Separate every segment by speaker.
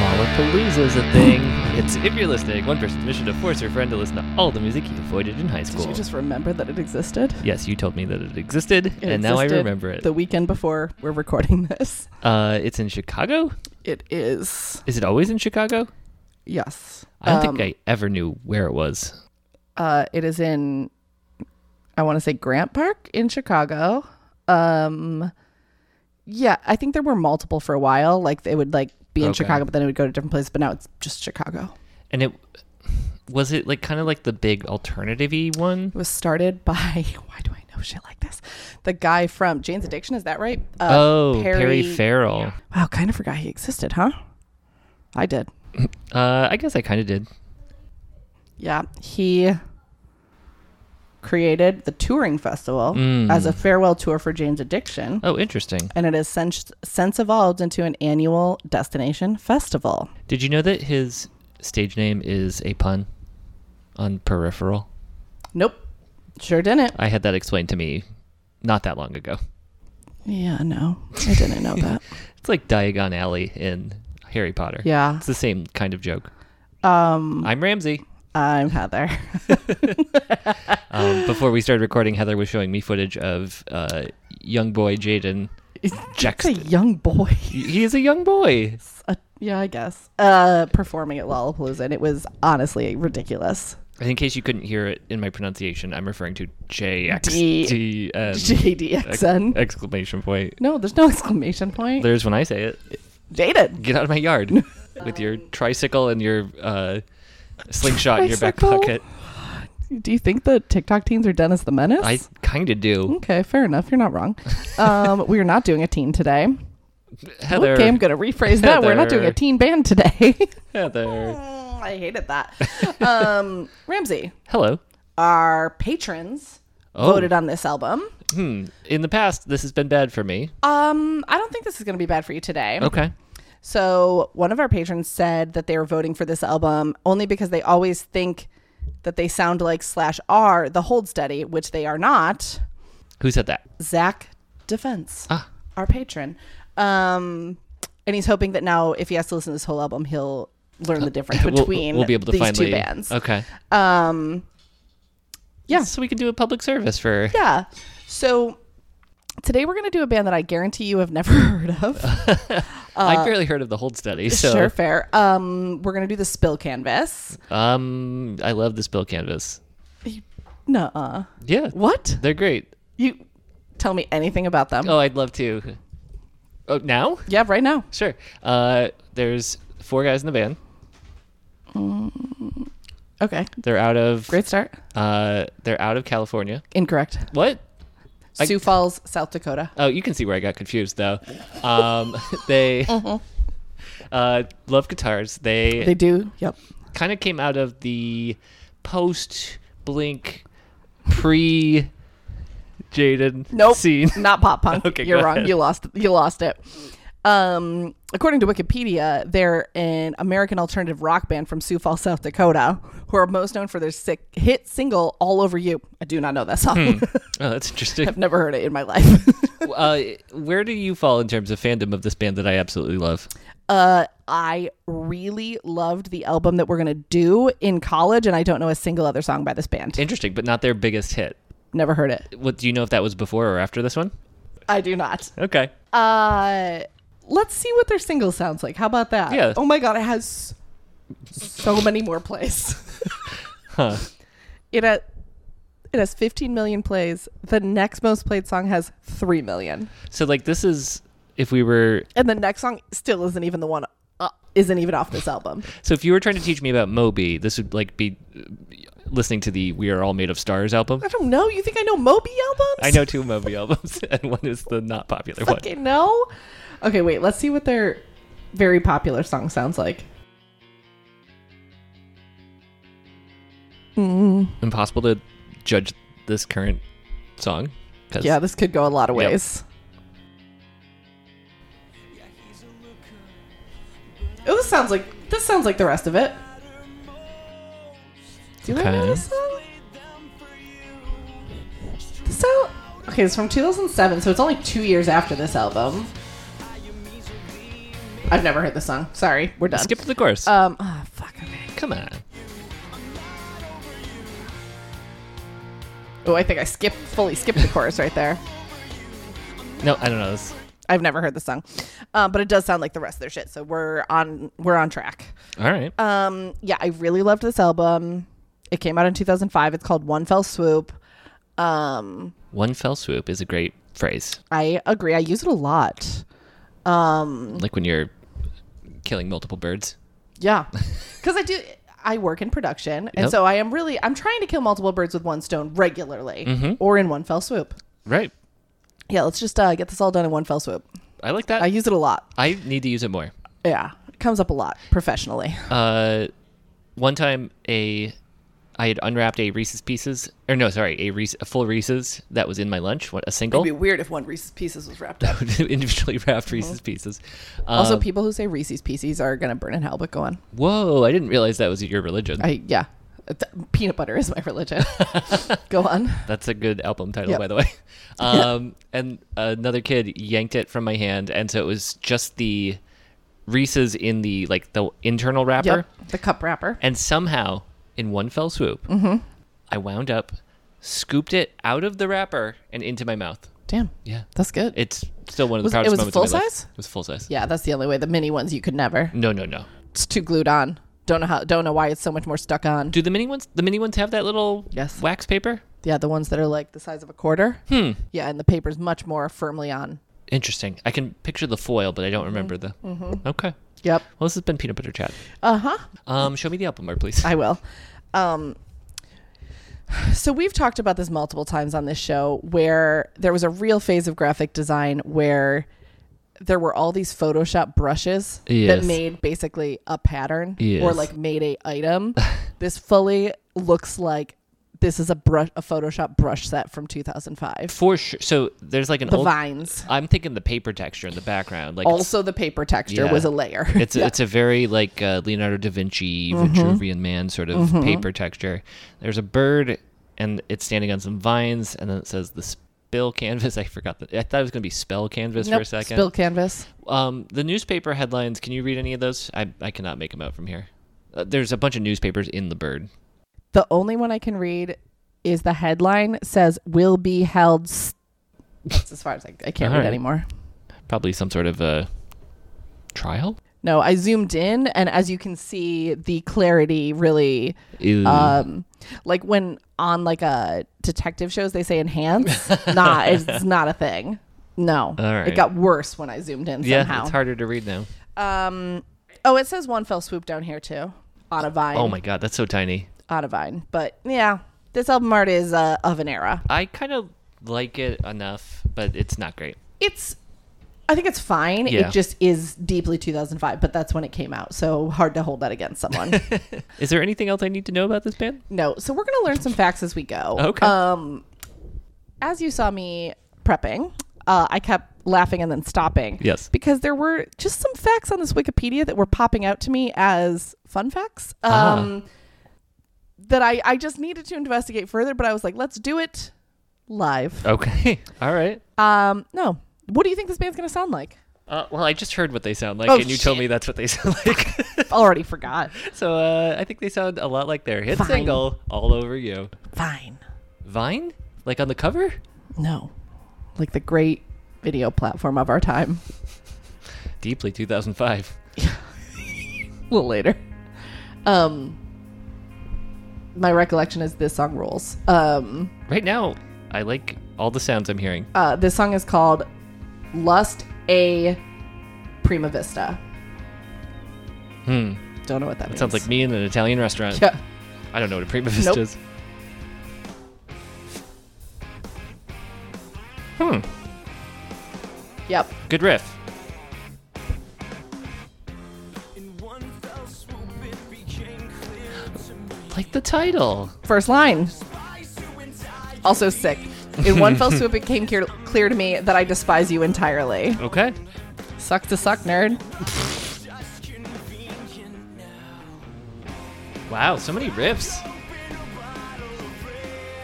Speaker 1: Palooza is a thing. It's if you're listening, one person's mission to force your friend to listen to all the music he avoided in high school.
Speaker 2: Did you just remember that it existed?
Speaker 1: Yes, you told me that it existed,
Speaker 2: It
Speaker 1: and now I
Speaker 2: existed
Speaker 1: remember it.
Speaker 2: The weekend before we're recording this.
Speaker 1: uh, it's in Chicago.
Speaker 2: It is.
Speaker 1: Is it always in Chicago?
Speaker 2: Yes.
Speaker 1: I don't
Speaker 2: Um,
Speaker 1: think I ever knew where it was.
Speaker 2: Uh, it is in, I want to say Grant Park in Chicago. Um, yeah, I think there were multiple for a while. Like they would like be in
Speaker 1: Okay.
Speaker 2: Chicago, but then it would go to different places. But now it's just Chicago.
Speaker 1: And it was it like kind of like the big alternative-y one.
Speaker 2: It was started by why do I know shit like this? The guy from Jane's Addiction, is that right? Uh,
Speaker 1: oh, Perry, Farrell.
Speaker 2: Wow, kind of forgot he existed, huh? I did.
Speaker 1: Uh, I guess I kind of did.
Speaker 2: Yeah, he created the touring festival
Speaker 1: Mm.
Speaker 2: as a farewell tour for Jane's Addiction,
Speaker 1: Oh, interesting.
Speaker 2: and it has since, since evolved into an annual destination festival.
Speaker 1: Did you know that his stage name is a pun on peripheral?
Speaker 2: Nope, sure didn't.
Speaker 1: I had that explained to me not that long ago.
Speaker 2: Yeah, no, I didn't know that.
Speaker 1: It's like Diagon Alley in Harry Potter.
Speaker 2: Yeah,
Speaker 1: It's the same kind of joke.
Speaker 2: um,
Speaker 1: I'm Ramsey.
Speaker 2: I'm Heather.
Speaker 1: Um, before we started recording, Heather was showing me footage of uh, young boy Jaden.
Speaker 2: It's a
Speaker 1: Jackson.
Speaker 2: young boy.
Speaker 1: He is a young boy.
Speaker 2: Uh, yeah, I guess. Uh, performing at Lollapalooza, and it was honestly ridiculous.
Speaker 1: In case you couldn't hear it in my pronunciation, I'm referring to
Speaker 2: D-
Speaker 1: JXDN.
Speaker 2: JDXN.
Speaker 1: um, Exclamation point.
Speaker 2: No, there's no exclamation point.
Speaker 1: There's when I say it.
Speaker 2: Jaden.
Speaker 1: Get out of my yard with your tricycle and your uh, slingshot in your back
Speaker 2: Tricycle?
Speaker 1: pocket.
Speaker 2: Do you think the TikTok teens are Dennis the Menace?
Speaker 1: I kind of do.
Speaker 2: okay, fair enough. You're not wrong. Um, we are not doing a teen today.
Speaker 1: Heather.
Speaker 2: Okay, I'm going to rephrase that. We're not doing a
Speaker 1: Heather.
Speaker 2: teen band today.
Speaker 1: Heather.
Speaker 2: Mm, I hated that. Um, Ramsey,
Speaker 1: Hello.
Speaker 2: our patrons
Speaker 1: Oh.
Speaker 2: voted on this album.
Speaker 1: Hmm. In the past, this has been bad for me.
Speaker 2: Um, I don't think this is going to be bad for you today.
Speaker 1: Okay.
Speaker 2: So one of our patrons said that they were voting for this album only because they always think that they sound like slash are the hold steady, which they are not.
Speaker 1: Who said that?
Speaker 2: Zach Defense,
Speaker 1: Ah.
Speaker 2: our patron. Um, and he's hoping that now, if he has to listen to this whole album, he'll learn the difference
Speaker 1: We'll-
Speaker 2: between
Speaker 1: we'll, be able to
Speaker 2: these
Speaker 1: finally
Speaker 2: two bands.
Speaker 1: Okay.
Speaker 2: Um, yeah.
Speaker 1: So we can do a public service for
Speaker 2: yeah. So today we're going to do a band that I guarantee you have never heard of.
Speaker 1: I barely heard of the hold study. So
Speaker 2: Uh, Sure, fair. Um, we're going to do the Spill Canvas.
Speaker 1: um I love this bill canvas.
Speaker 2: Nuh-uh.
Speaker 1: Yeah.
Speaker 2: What?
Speaker 1: They're great.
Speaker 2: You tell me anything about them?
Speaker 1: Oh, I'd love to. Oh, now?
Speaker 2: Yeah, right now.
Speaker 1: Sure. Uh there's four guys in the band.
Speaker 2: Okay,
Speaker 1: They're out of
Speaker 2: great start.
Speaker 1: uh they're out of California.
Speaker 2: Incorrect.
Speaker 1: What? I-
Speaker 2: Sioux Falls, South Dakota.
Speaker 1: Oh, you can see where I got confused though. Um they uh love guitars.
Speaker 2: Uh-huh. They do. Yep.
Speaker 1: kind of came out of the post blink pre Jaden
Speaker 2: Nope.
Speaker 1: scene.
Speaker 2: Not pop punk.
Speaker 1: Okay,
Speaker 2: You're
Speaker 1: go
Speaker 2: wrong.
Speaker 1: ahead.
Speaker 2: You lost. You lost it. Um, according to Wikipedia, they're an American alternative rock band from Sioux Falls, South Dakota, who are most known for their sick hit single "All Over You." I do not know that song.
Speaker 1: Oh, that's interesting.
Speaker 2: I've never heard it in my life.
Speaker 1: uh, where do you fall in terms of fandom of this band that I absolutely love?
Speaker 2: uh, I really loved the album that we're gonna do in college, and I don't know a single other song by this band.
Speaker 1: Interesting, but not their biggest hit.
Speaker 2: Never heard it.
Speaker 1: What do you know if that was before or after this one?
Speaker 2: I do not.
Speaker 1: Okay.
Speaker 2: Uh, let's see what their single sounds like. How about that?
Speaker 1: Yeah.
Speaker 2: Oh my god, it has so many more plays.
Speaker 1: Huh.
Speaker 2: It has it has 15 million plays. The next most played song has 3 million.
Speaker 1: So like this is if we were
Speaker 2: And the next song still isn't even the one uh, isn't even off this album.
Speaker 1: so if you were trying to teach me about Moby, this would like be uh, listening to the We Are All Made of Stars album.
Speaker 2: I don't know. You think I know Moby albums?
Speaker 1: I know two Moby albums, and one is the not popular one.
Speaker 2: Okay, no. Okay, wait. Let's see what their very popular song sounds like. Mm.
Speaker 1: impossible to judge this current song. 'cause-
Speaker 2: Yeah, this could go a lot of
Speaker 1: Yep.
Speaker 2: ways. Oh, this sounds like this sounds like the rest of it. Do I know
Speaker 1: Okay.
Speaker 2: this song? This out? Okay, it's from 2007, so it's only two years after this album. I've never heard the song. Sorry, we're done.
Speaker 1: Skip to the chorus.
Speaker 2: Um, oh, fuck. Okay.
Speaker 1: Come on.
Speaker 2: Oh, I think I skipped fully skipped the chorus right there.
Speaker 1: No, I don't know this.
Speaker 2: I've never heard the song, um, but it does sound like the rest of their shit. So we're on we're on track.
Speaker 1: All right.
Speaker 2: Um, yeah, I really loved this album. It came out in 2005. It's called One Fell Swoop. Um,
Speaker 1: One fell swoop is a great phrase.
Speaker 2: I agree. I use it a lot.
Speaker 1: Like when you're killing multiple birds.
Speaker 2: Yeah, because I do. I work in production, and
Speaker 1: Yep.
Speaker 2: so I am really I'm trying to kill multiple birds with one stone regularly, or in one fell swoop.
Speaker 1: Right.
Speaker 2: Yeah, let's just uh, get this all done in one fell swoop.
Speaker 1: I like that.
Speaker 2: I
Speaker 1: I,
Speaker 2: use it a lot.
Speaker 1: need to use it more.
Speaker 2: Yeah, it comes up a lot professionally.
Speaker 1: Uh, one time a I had unwrapped a Reese's Pieces, or no, sorry, a, Reese, a full Reese's that was in my lunch, what, a single,
Speaker 2: It'd be weird if one Reese's Pieces was wrapped up.
Speaker 1: individually wrapped Reese's Pieces.
Speaker 2: Oh. also,
Speaker 1: Um,
Speaker 2: people who say Reese's Pieces are gonna burn in hell. But go on.
Speaker 1: whoa, I didn't realize that was your religion.
Speaker 2: I yeah, Th- peanut butter is my religion. go on.
Speaker 1: That's a good album title,
Speaker 2: Yep.
Speaker 1: by the way. Um, and another kid yanked it from my hand, and so it was just the Reese's in the like the internal wrapper,
Speaker 2: Yep, the cup wrapper.
Speaker 1: and somehow in one fell swoop,
Speaker 2: Mm-hmm.
Speaker 1: I wound up, scooped it out of the wrapper and into my mouth.
Speaker 2: Damn.
Speaker 1: Yeah,
Speaker 2: That's good.
Speaker 1: it's still one of the
Speaker 2: Was- it
Speaker 1: proudest
Speaker 2: was
Speaker 1: moments. of
Speaker 2: full
Speaker 1: my life.
Speaker 2: size?
Speaker 1: It was full size.
Speaker 2: yeah, that's the only way. The mini ones you could never.
Speaker 1: No, no, no.
Speaker 2: It's too glued on. Don't know how. Don't know why it's so much more stuck on.
Speaker 1: Do the mini ones? The mini ones have that little
Speaker 2: Yes.
Speaker 1: wax paper.
Speaker 2: Yeah, the ones that are like the size of a quarter. Hmm. Yeah, and the paper's much more firmly on.
Speaker 1: Interesting. I can picture the foil, but I don't
Speaker 2: Mm-hmm.
Speaker 1: remember the. Okay.
Speaker 2: Yep.
Speaker 1: Well, this has been peanut butter chat.
Speaker 2: Uh huh.
Speaker 1: Um, show me the album art, please.
Speaker 2: I will. Um, so we've talked about this multiple times on this show where there was a real phase of graphic design where there were all these Photoshop brushes
Speaker 1: Yes.
Speaker 2: that made basically a pattern or
Speaker 1: Yes.
Speaker 2: like made a item. this fully looks like this is a brush, a Photoshop brush set from 2005.
Speaker 1: For sure. So there's like an
Speaker 2: The
Speaker 1: old.
Speaker 2: vines.
Speaker 1: I'm thinking the paper texture in the background. Like
Speaker 2: Also, the paper texture
Speaker 1: Yeah.
Speaker 2: was a layer.
Speaker 1: it's it's a, it's a very like uh, Leonardo da Vinci
Speaker 2: Mm-hmm.
Speaker 1: Vitruvian Man sort of paper texture. There's a bird and it's standing on some vines, and then it says the spill canvas. I forgot that. I thought it was going to be spell canvas for a
Speaker 2: Nope,
Speaker 1: second.
Speaker 2: Spill canvas.
Speaker 1: Um, the newspaper headlines. Can you read any of those? I I cannot make them out from here. Uh, there's a bunch of newspapers in the bird.
Speaker 2: The only one I can read is the headline says will be held. s That's as far as I, I can't
Speaker 1: All
Speaker 2: read
Speaker 1: right.
Speaker 2: anymore.
Speaker 1: Probably some sort of uh, trial.
Speaker 2: No, I zoomed in, and as you can see, the clarity really,
Speaker 1: Ew.
Speaker 2: um, like when on like a detective shows, they say enhance. nah, it's not a thing. No,
Speaker 1: All right.
Speaker 2: it got worse when I zoomed in
Speaker 1: yeah,
Speaker 2: somehow.
Speaker 1: it's harder to read now.
Speaker 2: Um, oh, it says one fell swoop down here too, on a vine,
Speaker 1: Oh my god, that's so tiny.
Speaker 2: on a vine. But yeah, this album art is uh, of an era.
Speaker 1: I kind of like it enough, but it's not great.
Speaker 2: it's I think it's fine.
Speaker 1: Yeah.
Speaker 2: It just is deeply 2005, but that's when it came out. So hard to hold that against someone.
Speaker 1: Is there anything else I need to know about this band?
Speaker 2: no. So we're going to learn some facts as we go.
Speaker 1: Okay.
Speaker 2: Um as you saw me prepping, uh, I kept laughing and then stopping.
Speaker 1: Yes.
Speaker 2: Because there were just some facts on this Wikipedia that were popping out to me as fun facts.
Speaker 1: Ah.
Speaker 2: Um that I I just needed to investigate further, but I was like, let's do it live.
Speaker 1: Okay. All right.
Speaker 2: Um no. What do you think this band's going to sound like?
Speaker 1: Uh, well, I just heard what they sound like,
Speaker 2: Oh,
Speaker 1: and you told
Speaker 2: shit.
Speaker 1: me that's what they sound like.
Speaker 2: Already forgot.
Speaker 1: so uh, I think they sound a lot like their hit
Speaker 2: Fine.
Speaker 1: single "All Over You."
Speaker 2: Fine.
Speaker 1: Vine, like on the cover.
Speaker 2: No. Like the great video platform of our time.
Speaker 1: Deeply 2005.
Speaker 2: A little later. Um my recollection is this song rules. Um
Speaker 1: Right now, I like all the sounds I'm hearing.
Speaker 2: uh this song is called Lust A Prima Vista.
Speaker 1: Hmm.
Speaker 2: Don't know what that, means.
Speaker 1: Sounds like me in an Italian restaurant.
Speaker 2: Yeah.
Speaker 1: I don't know what a prima vista
Speaker 2: Nope.
Speaker 1: is. Hmm.
Speaker 2: Yep.
Speaker 1: Good riff. Like the title.
Speaker 2: First line. Also sick. In one fell swoop, it came clear, clear to me that I despise you entirely.
Speaker 1: Okay.
Speaker 2: Sucks to suck, nerd.
Speaker 1: Wow, so many riffs.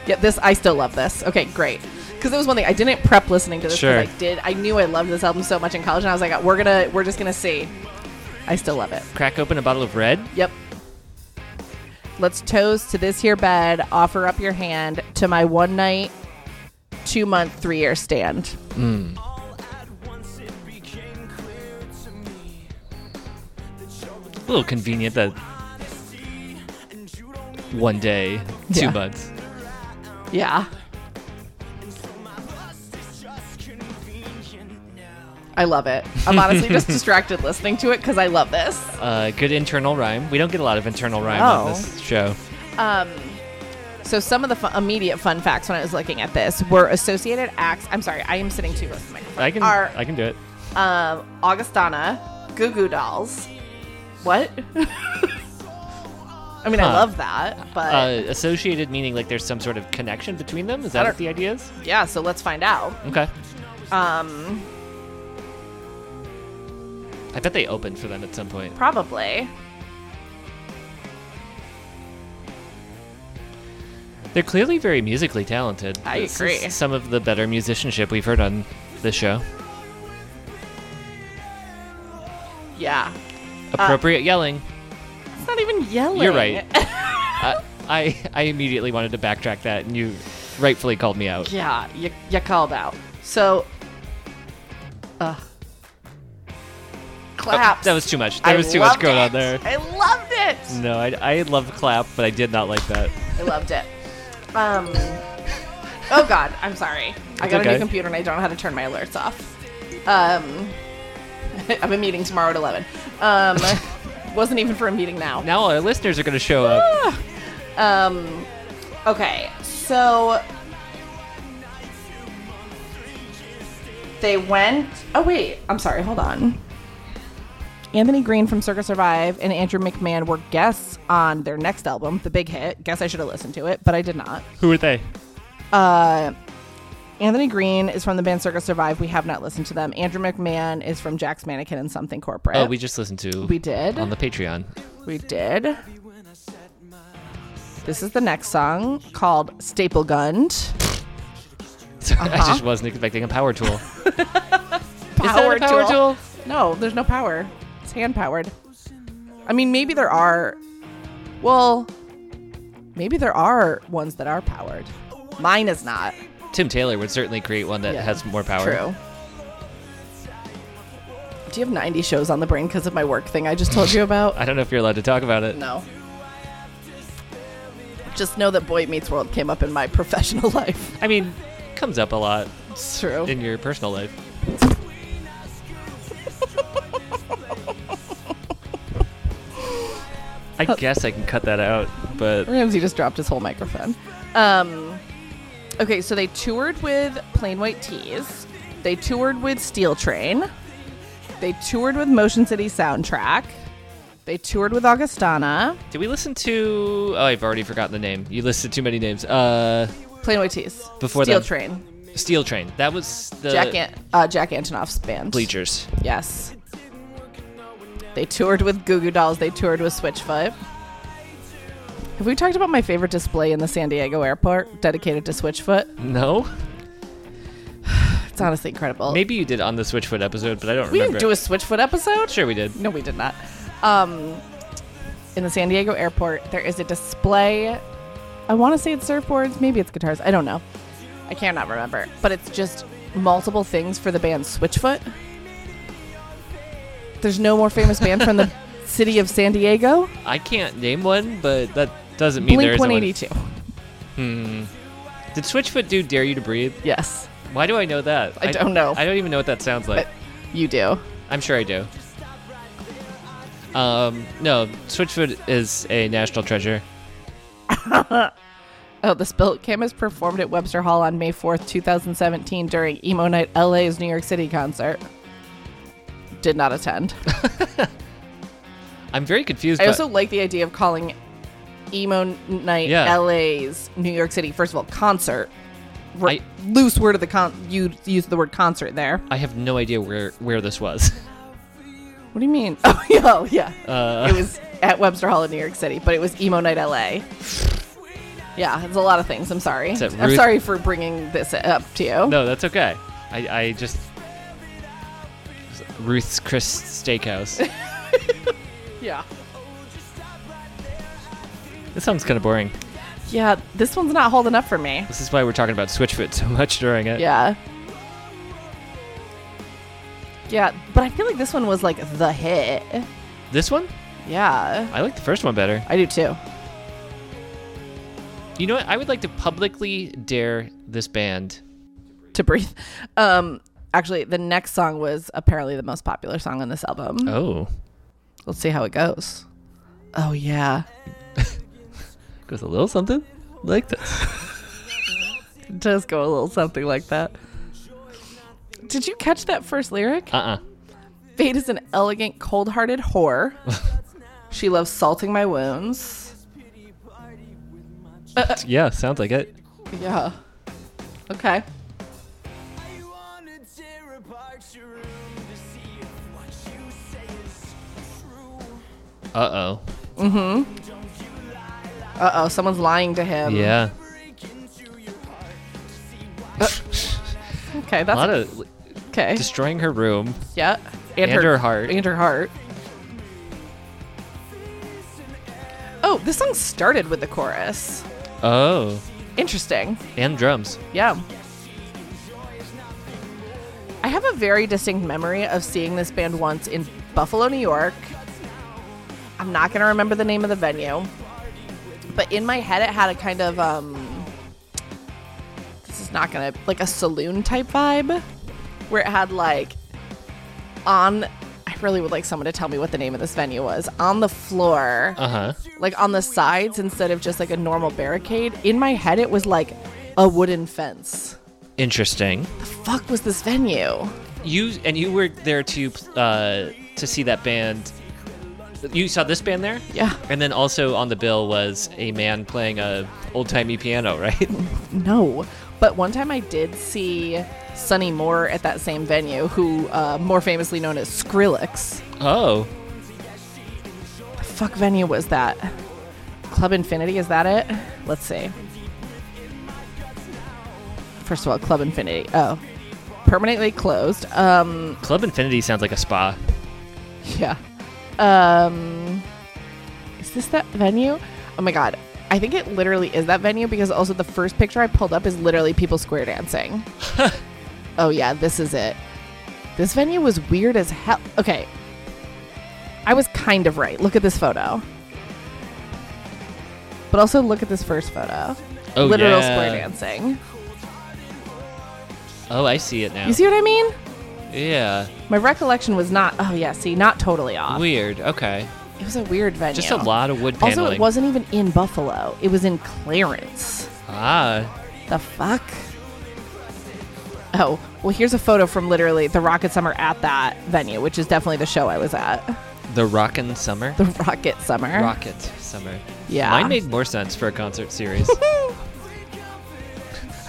Speaker 2: Yeah, this I still love this. Okay, great. because it was one thing I didn't prep listening to this. 'cause
Speaker 1: Sure.
Speaker 2: I did. I knew I loved this album so much in college, and I was like, we're gonna, we're just gonna see. I still love it.
Speaker 1: Crack open a bottle of red.
Speaker 2: Yep. Let's toast to this here bed. Offer up your hand to my one night, two month, three year stand.
Speaker 3: All at once it became clear to me that you're the
Speaker 1: A little convenient that
Speaker 3: honesty and you don't need
Speaker 1: one day, two
Speaker 2: Yeah.
Speaker 1: months.
Speaker 2: Yeah,
Speaker 3: and so my lust is just convenient now.
Speaker 2: I love it. I'm honestly just distracted listening to it because I love this.
Speaker 1: Uh, good internal rhyme. We don't get a lot of internal rhyme on
Speaker 2: No.
Speaker 1: this show.
Speaker 2: So some of the fu- immediate fun facts when I was looking at this were associated acts. I'm sorry, I am sitting too close to the microphone.
Speaker 1: I can
Speaker 2: Are
Speaker 1: I can do it.
Speaker 2: um, Augustana, Goo Goo Dolls. What? I mean, I
Speaker 1: Huh.
Speaker 2: love that, but
Speaker 1: Uh, associated meaning like there's some sort of connection between them. Is that
Speaker 2: don't-
Speaker 1: what the idea is?
Speaker 2: yeah. So let's find out.
Speaker 1: Okay.
Speaker 2: Um,
Speaker 1: I bet they opened for them at some point.
Speaker 2: probably.
Speaker 1: They're clearly very musically talented.
Speaker 2: I
Speaker 1: This is
Speaker 2: agree.
Speaker 1: some of the better musicianship we've heard on this show.
Speaker 2: Yeah. Uh,
Speaker 1: Appropriate yelling.
Speaker 2: It's not even yelling.
Speaker 1: You're right. I, I I immediately wanted to backtrack that, and you rightfully called me out.
Speaker 2: yeah, you, you called out. So, uh, claps.
Speaker 1: Oh, That was too much. There
Speaker 2: I
Speaker 1: was too much
Speaker 2: loved
Speaker 1: going
Speaker 2: it.
Speaker 1: on there.
Speaker 2: I loved it.
Speaker 1: No, I, I love clap, but I did not like that.
Speaker 2: I loved it. Um. Oh God, I'm sorry. I
Speaker 1: It's
Speaker 2: got a
Speaker 1: okay.
Speaker 2: new computer and I don't know how to turn my alerts off. Um, I have a meeting tomorrow at eleven. Um, wasn't even for a meeting now.
Speaker 1: Now our listeners are going to show
Speaker 2: Ah!
Speaker 1: up.
Speaker 2: Um, okay, so they went. Oh wait, I'm sorry. Hold on. Anthony Green from Circus Survive and Andrew McMahon were guests on their next album, The Big Hit. Guess I should have listened to it, but I did not.
Speaker 1: Who are they?
Speaker 2: Uh, Anthony Green is from the band Circus Survive. We have not listened to them. Andrew McMahon is from Jack's Mannequin and Something Corporate.
Speaker 1: Oh, we just listened to
Speaker 2: We did.
Speaker 1: on the Patreon.
Speaker 2: we did. This is the next song called Staple Gunned.
Speaker 1: So I
Speaker 2: Uh-huh.
Speaker 1: just wasn't expecting a power tool. is that a power tool?
Speaker 2: No, there's no power. It's hand powered. I mean, maybe there are. Well, maybe there are ones that are powered. Mine is not.
Speaker 1: Tim Taylor would certainly create one that
Speaker 2: Yeah,
Speaker 1: has more power.
Speaker 2: True. Do you have 90 shows on the brain because of my work thing I just told you about?
Speaker 1: I don't know if you're allowed to talk about it.
Speaker 2: no. Just know that Boy Meets World came up in my professional life.
Speaker 1: I mean, comes up a lot
Speaker 2: It's true.
Speaker 1: in your personal life. I guess I can cut that out, but
Speaker 2: Ramsey just dropped his whole microphone. Um, okay, so they toured with Plain White Tees. They toured with Steel Train. They toured with Motion City Soundtrack. They toured with Augustana.
Speaker 1: did we listen to? Oh, I've already forgotten the name. You listed too many names. Uh,
Speaker 2: Plain White Tees.
Speaker 1: Before
Speaker 2: Steel
Speaker 1: them.
Speaker 2: Train.
Speaker 1: Steel Train. That was the
Speaker 2: Jack, An- uh, Jack Antonoff's band.
Speaker 1: Bleachers.
Speaker 2: Yes. They toured with Goo Goo Dolls. They toured with Switchfoot. Have we talked about my favorite display in the San Diego airport dedicated to Switchfoot?
Speaker 1: No,
Speaker 2: It's honestly incredible.
Speaker 1: maybe you did on the Switchfoot episode, but I don't
Speaker 2: Oh. we
Speaker 1: remember.
Speaker 2: didn't do a Switchfoot episode.
Speaker 1: Sure, we did.
Speaker 2: No, we did not. Um, in the San Diego airport, there is a display. I want to say it's surfboards, maybe it's guitars. I don't know. I cannot remember. But it's just multiple things for the band Switchfoot. There's no more famous band from the city of San Diego.
Speaker 1: I can't name one, but that doesn't mean there
Speaker 2: Blink
Speaker 1: isn't
Speaker 2: 182.
Speaker 1: one. Did Switchfoot do "Dare You to Breathe"?
Speaker 2: Yes,
Speaker 1: Why do I know that?
Speaker 2: I don't know.
Speaker 1: I don't even know what that sounds like.
Speaker 2: but you do.
Speaker 1: I'm sure I do. Um, no, Switchfoot is a national treasure.
Speaker 2: Oh, the Spilt Camas performed at Webster Hall on May 4th, 2017 during Emo Night LA's New York City concert. Did not attend.
Speaker 1: I'm very confused.
Speaker 2: I
Speaker 1: by-
Speaker 2: also like the idea of calling Emo Night
Speaker 1: Yeah.
Speaker 2: LA's New York City, first of all, concert. R-
Speaker 1: I-
Speaker 2: loose word of the con. You used the word concert there.
Speaker 1: I have no idea where where this was.
Speaker 2: What do you mean? Oh, yeah. Oh, yeah.
Speaker 1: Uh,
Speaker 2: it was at Webster Hall in New York City, but it was Emo Night LA. Yeah, it's a lot of things. I'm sorry.
Speaker 1: Except
Speaker 2: I'm
Speaker 1: Ruth-
Speaker 2: sorry for bringing this up to you.
Speaker 1: No, that's okay. I, I just Ruth's Chris Steakhouse.
Speaker 2: Yeah.
Speaker 1: this sounds kind of boring.
Speaker 2: Yeah, this one's not holding up for me.
Speaker 1: This is why we're talking about Switchfoot so much during it.
Speaker 2: Yeah. Yeah, but I feel like this one was like the hit.
Speaker 1: This one,
Speaker 2: Yeah.
Speaker 1: I like the first one better.
Speaker 2: I do too.
Speaker 1: You know what? I would like to publicly dare this band.
Speaker 2: To breathe. Um actually the next song was apparently the most popular song on this album.
Speaker 1: Oh,
Speaker 2: Let's see how it goes. Oh yeah.
Speaker 1: goes a little something like this.
Speaker 2: It does go a little something like that. Did you catch that first lyric?
Speaker 1: Uh uh
Speaker 2: Fate is an elegant, cold hearted whore. she loves salting my wounds.
Speaker 1: Yeah, sounds like it.
Speaker 2: Yeah. Okay.
Speaker 3: I wanna tear apart your room to see if what you say is true.
Speaker 1: Uh oh.
Speaker 2: Uh oh, someone's lying to him.
Speaker 1: Yeah.
Speaker 3: Break into your heart to see why
Speaker 2: Okay,
Speaker 1: A lot
Speaker 2: that's
Speaker 1: of
Speaker 2: okay.
Speaker 1: destroying her room.
Speaker 2: yeah.
Speaker 1: and her heart.
Speaker 2: And her heart. Oh, this song started with the chorus.
Speaker 1: Oh,
Speaker 2: Interesting.
Speaker 1: and drums.
Speaker 2: Yeah. I have a very distinct memory of seeing this band once in Buffalo, New York. I'm not going to remember the name of the venue, but in my head it had a kind of um this is not going to like a saloon type vibe where it had like on I really would like someone to tell me what the name of this venue was. On the floor
Speaker 1: Uh huh.
Speaker 2: like on the sides instead of just like a normal barricade. In my head, it was like a wooden fence.
Speaker 1: Interesting.
Speaker 2: The fuck was this venue?
Speaker 1: You and you were there to uh, to see that band. You saw this band there,
Speaker 2: Yeah.
Speaker 1: and then also on the bill was a man playing a old timey piano, right?
Speaker 2: No. But one time I did see Sonny Moore at that same venue, who uh, more famously known as Skrillex.
Speaker 1: oh,
Speaker 2: The fuck venue was that? Club Infinity, is that it? Let's see. First of all, Club Infinity. Oh. Permanently closed. Um,
Speaker 1: Club Infinity sounds like a spa.
Speaker 2: Yeah. Um Is this that venue? Oh my god. I think it literally is that venue because also the first picture I pulled up is literally people square dancing. oh yeah, this is it. This venue was weird as hell. Okay. I was kind of right. Look at this photo. But also look at this first photo.
Speaker 1: Oh
Speaker 2: Literal
Speaker 1: yeah.
Speaker 2: square dancing.
Speaker 1: Oh, I see it now.
Speaker 2: You see what I mean?
Speaker 1: yeah.
Speaker 2: My recollection was not. Oh yeah, see, not totally off.
Speaker 1: Weird. Okay.
Speaker 2: It was a weird venue.
Speaker 1: Just a lot of wood paneling.
Speaker 2: Also, it wasn't even in Buffalo. It was in Clarence.
Speaker 1: Ah.
Speaker 2: The fuck? Oh, well, here's a photo from literally the Rocket Summer at that venue, which is definitely the show I was at.
Speaker 1: The Rockin' Summer.
Speaker 2: The Rocket Summer.
Speaker 1: Rocket Summer.
Speaker 2: Yeah.
Speaker 1: Mine made more sense for a concert series.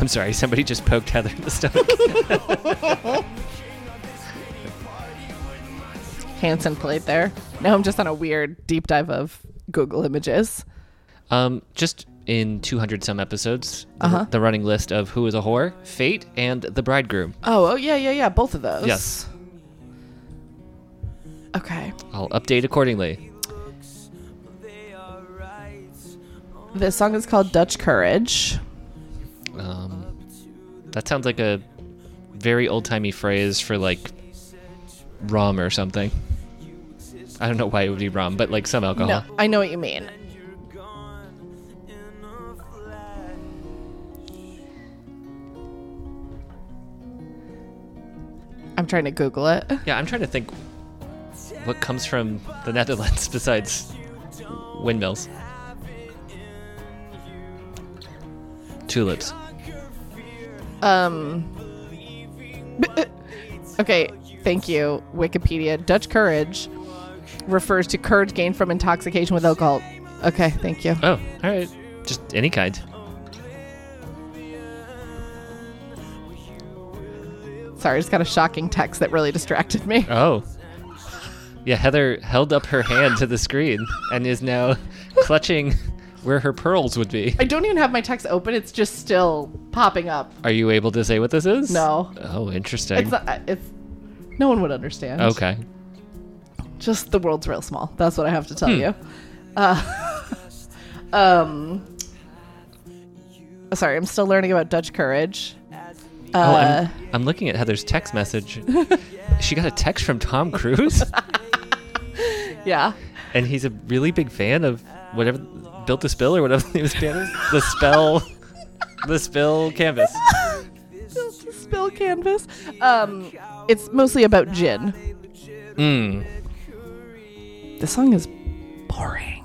Speaker 1: I'm sorry, somebody just poked Heather in the stomach.
Speaker 2: Hanson played there. Now I'm just on a weird deep dive of Google images.
Speaker 1: um, just in 200 some episodes, the-
Speaker 2: Uh-huh.
Speaker 1: the, running list of Who is a Whore, Fate, and The Bridegroom.
Speaker 2: Oh, oh yeah, yeah, yeah. Both of those.
Speaker 1: Yes.
Speaker 2: Okay.
Speaker 1: I'll update accordingly.
Speaker 3: they are right.
Speaker 2: This song is called Dutch Courage.
Speaker 1: Um, that sounds like a very old timey phrase for like rum or something. I don't know why it would be rum, but like some alcohol.
Speaker 2: No, I know what you mean. I'm trying to Google it.
Speaker 1: Yeah, I'm trying to think what comes from the Netherlands besides windmills. Tulips.
Speaker 2: Um. okay, thank you, Wikipedia. Dutch courage refers to courage gained from intoxication with alcohol. Okay, thank you.
Speaker 1: Oh, all right. Just any kind.
Speaker 2: Sorry, I just got a shocking text that really distracted me.
Speaker 1: Oh. Yeah, Heather held up her hand to the screen and is now clutching where her pearls would be.
Speaker 2: I don't even have my text open. It's just still popping up.
Speaker 1: Are you able to say what this is?
Speaker 2: No.
Speaker 1: Oh, interesting.
Speaker 2: It's not, uh, it's no one would understand.
Speaker 1: okay.
Speaker 2: Just the world's real small. That's what I have to
Speaker 1: Hmm.
Speaker 2: tell you. Uh, um, sorry, I'm still learning about Dutch courage.
Speaker 1: oh,
Speaker 2: Uh,
Speaker 1: I'm, I'm looking at Heather's text message. she got a text from Tom Cruise,
Speaker 2: yeah.
Speaker 1: and he's a really big fan of whatever Built to Spill or whatever the name of the band is. The Spell, the Spill Canvas.
Speaker 2: Just a Spill canvas. Um, it's mostly about gin. Hmm.
Speaker 1: Mm.
Speaker 2: The song is boring.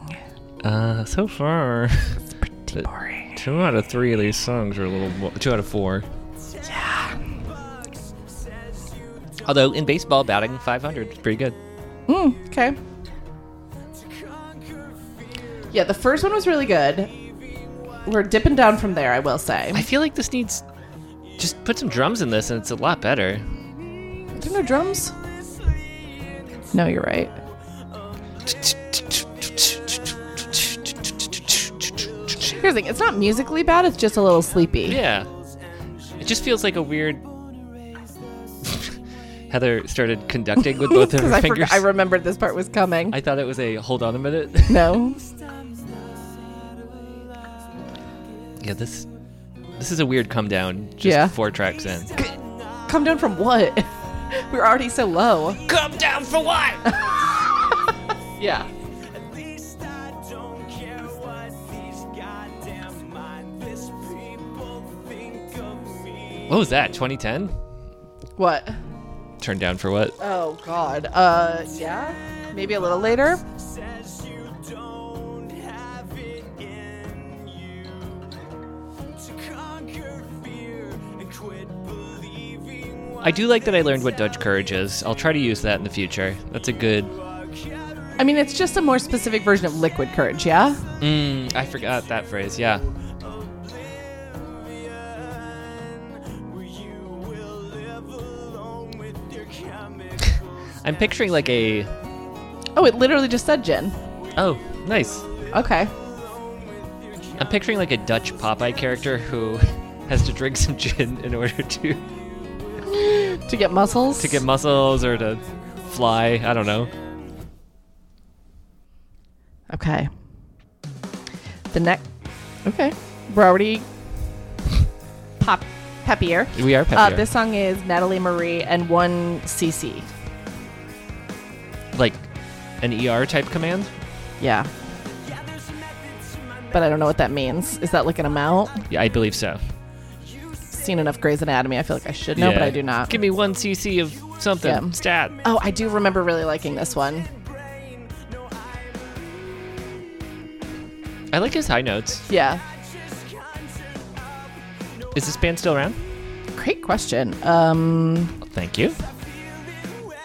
Speaker 1: Uh, so far,
Speaker 2: Pretty
Speaker 1: But-
Speaker 2: boring.
Speaker 1: two out of three of these songs are a little. More, two out of four. Although in baseball, batting 500 is pretty good.
Speaker 2: Mm, okay. Yeah, the first one was really good. We're dipping down from there, I will say.
Speaker 1: I feel like this needs just put some drums in this, and it's a lot better.
Speaker 2: Do no drums? No, you're right. Here's the thing: it's not musically bad. It's just a little sleepy.
Speaker 1: Yeah, it just feels like a weird. Heather started conducting with both of
Speaker 2: Because
Speaker 1: her
Speaker 2: I
Speaker 1: fingers.
Speaker 2: forgot, I remembered this part was coming.
Speaker 1: I thought it was a hold on a minute.
Speaker 2: no,
Speaker 1: yeah, this this is a weird come down. Just
Speaker 2: Yeah.
Speaker 1: four tracks in.
Speaker 2: come down from what? We're already so low.
Speaker 1: Come down for what?
Speaker 2: Yeah.
Speaker 3: At least I don't care what these goddamn mindless people think of me.
Speaker 1: What was that? 2010?
Speaker 2: What?
Speaker 1: Turned down for what?
Speaker 2: Oh God. Uh, yeah. Maybe a little later.
Speaker 3: Says you don't have it in you to conquer fear and quit believing what
Speaker 1: I do like that I learned what Dutch courage is. I'll try to use that in the future. That's a good.
Speaker 2: I mean, it's just a more specific version of liquid courage. Yeah.
Speaker 1: Mm, I forgot that phrase. Yeah.
Speaker 3: oblivion where you will live alone with your chemical.
Speaker 1: I'm picturing like a.
Speaker 2: Oh, it literally just said gin.
Speaker 1: Oh, nice.
Speaker 2: Okay.
Speaker 1: I'm picturing like a Dutch Popeye character who has to drink some gin in order to
Speaker 2: To get muscles.
Speaker 1: to get muscles or to fly. I don't know.
Speaker 2: Okay. The next. Okay. We're already pop peppier.
Speaker 1: We are peppier.
Speaker 2: Uh, this song is Natalie Marie and one CC.
Speaker 1: like an ER type command.
Speaker 2: Yeah. But I don't know what that means. Is that like an amount?
Speaker 1: Yeah, I believe so.
Speaker 2: Seen enough Grey's Anatomy. I feel like I should know, but
Speaker 1: Yeah.
Speaker 2: I do not.
Speaker 1: Give me one cc of something.
Speaker 2: Yeah.
Speaker 1: Stat.
Speaker 2: Oh, I do remember really liking this one.
Speaker 1: I like his high notes.
Speaker 2: Yeah.
Speaker 1: Is this band still around?
Speaker 2: Great question. Um,
Speaker 1: Thank you.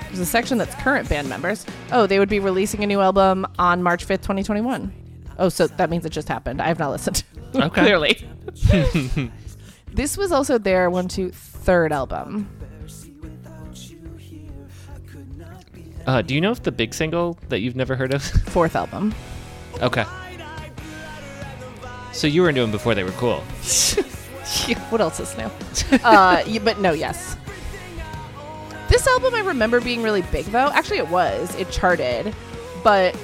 Speaker 2: There's a section that's current band members. Oh, they would be releasing a new album on March 5th, 2021. Oh, so that means it just happened. I have not listened.
Speaker 1: Okay.
Speaker 2: Clearly. this was also their one, two, third album.
Speaker 1: Uh, do you know if the big single that you've never heard of?
Speaker 2: Fourth album.
Speaker 1: okay. So you were into them before they were cool.
Speaker 2: what else is new? uh, you, but no, yes. This album I remember being really big though. Actually, it was. It charted, but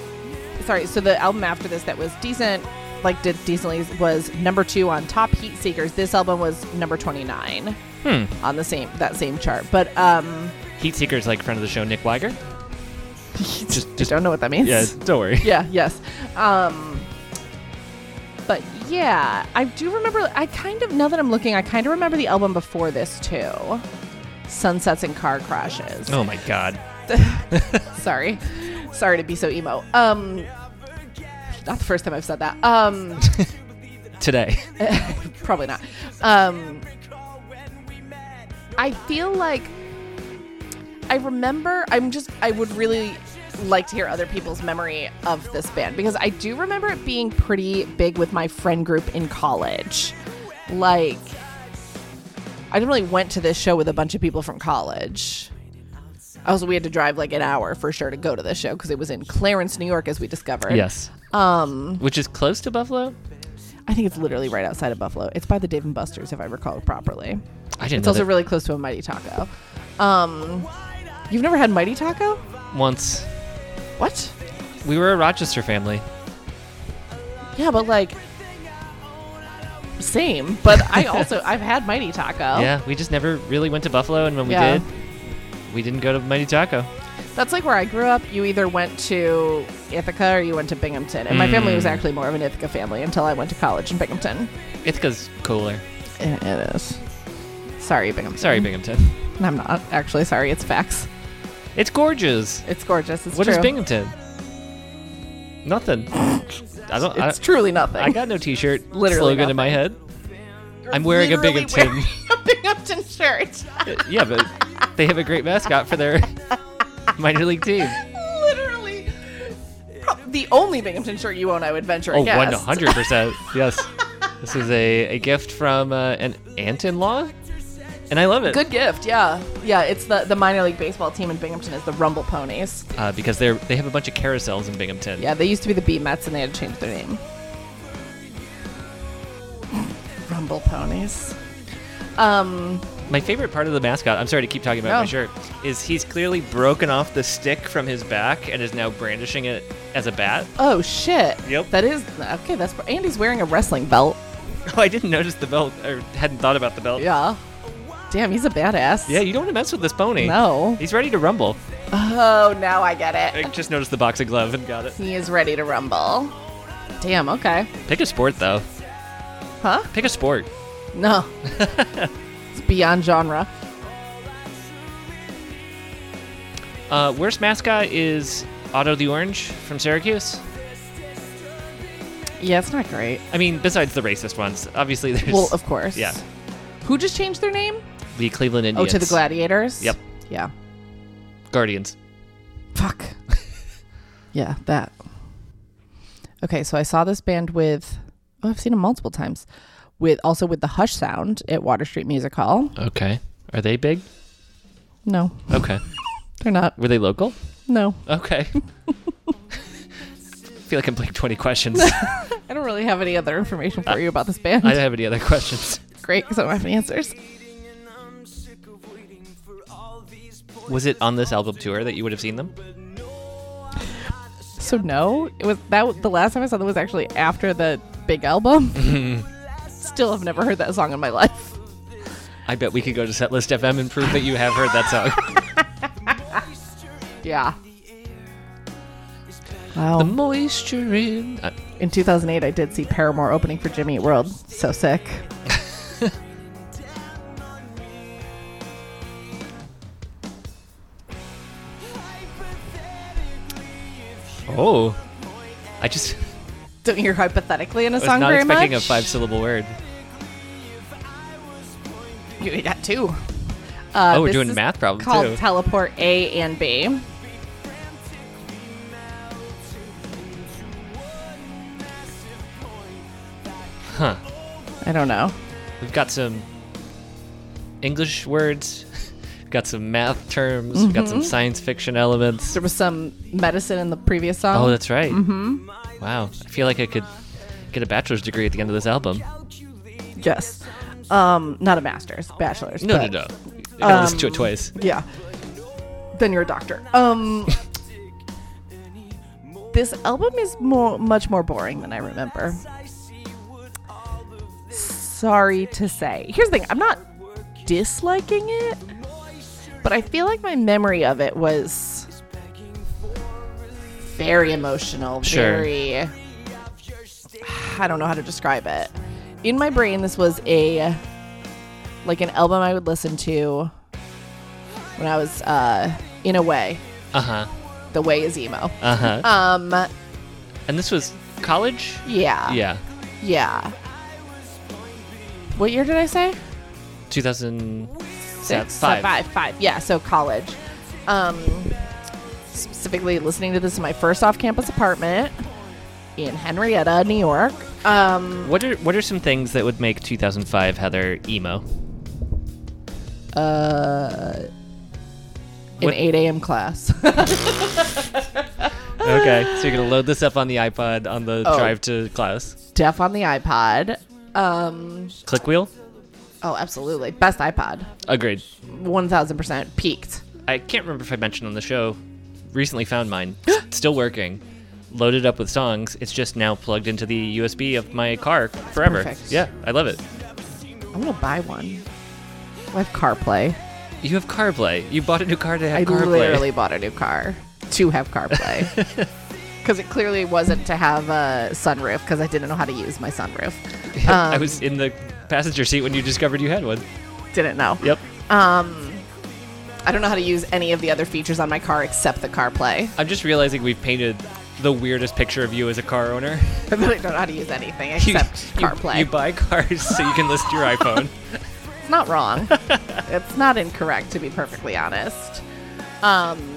Speaker 2: sorry. So the album after this that was decent, like did decently, was number two on Top Heat Seekers. This album was number twenty nine
Speaker 1: Hmm.
Speaker 2: on the same that same chart. But um,
Speaker 1: Heat Seeker's like friend of the show, Nick Weiger. just,
Speaker 2: I
Speaker 1: just
Speaker 2: don't know what that means.
Speaker 1: yeah. Don't worry.
Speaker 2: yeah. Yes. Um, but yeah, I do remember. I kind of now that I'm looking, I kind of remember the album before this too. Sunsets and car crashes.
Speaker 1: Oh my god.
Speaker 2: Sorry. Sorry to be so emo. Um not the first time I've said that. Um
Speaker 1: Today.
Speaker 2: probably not. Um I feel like I remember I'm just I would really like to hear other people's memory of this band because I do remember it being pretty big with my friend group in college. Like I really went to this show with a bunch of people from college. Also, we had to drive like an hour for sure to go to this show because it was in Clarence, New York, as we discovered.
Speaker 1: Yes. Um, which is close to Buffalo.
Speaker 2: I think it's literally right outside of Buffalo. It's by the Dave and Buster's, if I recall properly.
Speaker 1: I didn't.
Speaker 2: It's
Speaker 1: know
Speaker 2: also
Speaker 1: that
Speaker 2: really close to a Mighty Taco. Um, you've never had Mighty Taco?
Speaker 1: once
Speaker 2: What?
Speaker 1: we were a Rochester family.
Speaker 2: Yeah, but like, same. But I also I've had Mighty Taco.
Speaker 1: Yeah, we just never really went to Buffalo, and when we
Speaker 2: Oh. Yeah.
Speaker 1: did, we didn't go to Mighty Taco.
Speaker 2: That's like where I grew up. You either went to Ithaca or you went to Binghamton. And my family
Speaker 1: Mm.
Speaker 2: was actually more of an Ithaca family until I went to college in Binghamton.
Speaker 1: Ithaca's cooler.
Speaker 2: It, it is. Sorry, Binghamton.
Speaker 1: Sorry, Binghamton.
Speaker 2: I'm not actually sorry. It's facts.
Speaker 1: It's gorgeous.
Speaker 2: It's gorgeous. It's
Speaker 1: What
Speaker 2: true.
Speaker 1: is Binghamton? Nothing. I don't. I,
Speaker 2: It's truly nothing.
Speaker 1: I got no T-shirt
Speaker 2: Literally
Speaker 1: slogan in
Speaker 2: nothing.
Speaker 1: my head. I'm wearing a
Speaker 2: Literally
Speaker 1: Binghamton.
Speaker 2: wearing a Binghamton shirt.
Speaker 1: yeah, but they have a great mascot for their minor league team.
Speaker 2: Literally. pro- The only Binghamton shirt you own, I would venture a
Speaker 1: Oh,
Speaker 2: guess.
Speaker 1: one hundred percent. Yes, this is a, a gift from uh, an aunt-in-law, and I love it
Speaker 2: Good gift, yeah, yeah. It's the the minor league baseball team in Binghamton is the Rumble Ponies.
Speaker 1: uh, because they're they have a bunch of carousels in Binghamton.
Speaker 2: Yeah, they used to be the B Mets, and they had to change their name. Rumble Ponies. Um,
Speaker 1: My favorite part of the mascot, I'm sorry to keep talking about
Speaker 2: No.
Speaker 1: my shirt, is he's clearly broken off the stick from his back and is now brandishing it as a bat.
Speaker 2: oh shit.
Speaker 1: Yep.
Speaker 2: That is okay. That's Andy's wearing a wrestling belt.
Speaker 1: Oh, I didn't notice the belt, or hadn't thought about the belt.
Speaker 2: Yeah. Damn, he's a badass.
Speaker 1: Yeah, you don't want to mess with this pony.
Speaker 2: No.
Speaker 1: He's ready to rumble.
Speaker 2: Oh, now I get it.
Speaker 1: I just noticed the boxing glove and got it.
Speaker 2: He is ready to rumble. Damn, okay.
Speaker 1: Pick a sport, though.
Speaker 2: Huh?
Speaker 1: Pick a sport.
Speaker 2: No. it's beyond genre.
Speaker 1: Uh, worst mascot is Otto the Orange from Syracuse.
Speaker 2: Yeah, it's not great.
Speaker 1: I mean, besides the racist ones. Obviously, there's
Speaker 2: Well, of course.
Speaker 1: Yeah.
Speaker 2: Who just changed their name?
Speaker 1: the Cleveland
Speaker 2: Oh,
Speaker 1: Indians.
Speaker 2: to the Gladiators?
Speaker 1: Yep.
Speaker 2: Yeah.
Speaker 1: Guardians.
Speaker 2: Fuck. yeah, that. Okay, so I saw this band with, oh, I've seen them multiple times, with also with the Hush Sound at Water Street Music Hall.
Speaker 1: Okay. Are they big?
Speaker 2: No,
Speaker 1: Okay.
Speaker 2: they're not.
Speaker 1: Were they local?
Speaker 2: No.
Speaker 1: Okay. feel like I'm playing 20 questions.
Speaker 2: I don't really have any other information for you about this band.
Speaker 1: I don't have any other questions.
Speaker 2: Great, because I don't have any answers.
Speaker 1: Was it on this album tour that you would have seen them?
Speaker 2: So no, it was that the last time I saw them was actually after the big album. Still have never heard that song in my life.
Speaker 1: I bet we could go to Setlist FM and prove that you have heard that song.
Speaker 2: Yeah.
Speaker 1: the
Speaker 2: Wow.
Speaker 1: moisture in. Uh,
Speaker 2: In 2008, I did see Paramore opening for Jimmy Eat World. So sick.
Speaker 1: oh. I just
Speaker 2: Don't you hear hypothetically in a
Speaker 1: I was
Speaker 2: song
Speaker 1: not
Speaker 2: very
Speaker 1: expecting
Speaker 2: much?
Speaker 1: a five syllable word.
Speaker 2: You got two. Uh,
Speaker 1: Oh, we're
Speaker 2: this
Speaker 1: doing
Speaker 2: is
Speaker 1: math problem,
Speaker 2: called
Speaker 1: too.
Speaker 2: Teleport A and B.
Speaker 1: Huh.
Speaker 2: I don't know.
Speaker 1: We've got some English words, we've got some math terms, we've got some science fiction elements.
Speaker 2: There was some medicine in the previous song.
Speaker 1: Oh, that's right. Mm-hmm. Wow. I feel like I could get a bachelor's degree at the end of this album.
Speaker 2: yes. Um, not a master's, bachelor's.
Speaker 1: No, no, no.
Speaker 2: but-
Speaker 1: Um, I gotta listen to it twice.
Speaker 2: Yeah. Then you're a doctor. Um This album is more much more boring than I remember. Sorry to say. Here's the thing, I'm not disliking it, but I feel like my memory of it was very emotional,
Speaker 1: Sure.
Speaker 2: very I don't know how to describe it. In my brain this was a like an album I would listen to when I was uh, in a way.
Speaker 1: Uh huh.
Speaker 2: The way is emo.
Speaker 1: Uh huh.
Speaker 2: Um,
Speaker 1: And this was college?
Speaker 2: yeah,
Speaker 1: Yeah.
Speaker 2: yeah. What year did I say?
Speaker 1: 2005.
Speaker 2: Six, five, five, five. Yeah, so college. Um, specifically, listening to this in my first off-campus apartment in Henrietta, New York. Um,
Speaker 1: What are what are some things that would make
Speaker 2: uh,
Speaker 1: 2005 Heather emo?
Speaker 2: in
Speaker 1: What-
Speaker 2: 8 a.m. class.
Speaker 1: Okay, so you're gonna load this up on the iPod on the
Speaker 2: Oh.
Speaker 1: drive to class.
Speaker 2: Deaf on the iPod. Um,
Speaker 1: Click wheel.
Speaker 2: oh, absolutely. Best iPod.
Speaker 1: Agreed.
Speaker 2: 1000% peaked.
Speaker 1: I can't remember if I mentioned on the show. Recently found mine. Still working. Loaded up with songs. It's just now plugged into the USB of my car forever.
Speaker 2: perfect.
Speaker 1: Yeah, I love it.
Speaker 2: I'm going to buy one. I have CarPlay.
Speaker 1: You have CarPlay. You bought a new car to have
Speaker 2: I
Speaker 1: CarPlay.
Speaker 2: literally bought a new car to have CarPlay. Because it clearly wasn't to have a sunroof because I didn't know how to use my sunroof.
Speaker 1: I was in the passenger seat when you discovered you had one.
Speaker 2: Didn't know.
Speaker 1: Yep.
Speaker 2: I don't know how to use any of the other features on my car except the CarPlay.
Speaker 1: I'm just realizing we've painted the weirdest picture of you as a car owner.
Speaker 2: I really don't know how to use anything except
Speaker 1: you,
Speaker 2: CarPlay.
Speaker 1: You buy cars so you can list your iPhone.
Speaker 2: It's not wrong. it's not incorrect, to be perfectly honest. Um,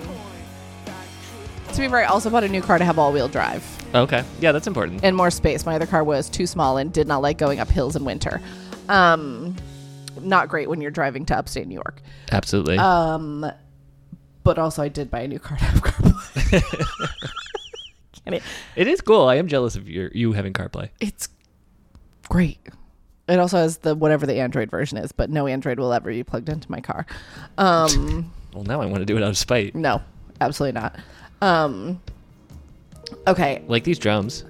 Speaker 2: to be fair, I also bought a new car to have all wheel drive
Speaker 1: okay. Yeah, that's important.
Speaker 2: and more space. My other car was too small and did not like going up hills in winter. Um, not great when you're driving to upstate New York.
Speaker 1: Absolutely.
Speaker 2: Um, but also, I did buy a new car to have CarPlay. and it,
Speaker 1: it is cool. I am jealous of your you having CarPlay.
Speaker 2: it's great. It also has the whatever the Android version is, but no Android will ever be plugged into my car. Um,
Speaker 1: Well, now I want to do it out of spite.
Speaker 2: No, absolutely not. Um, okay,
Speaker 1: Like these drums.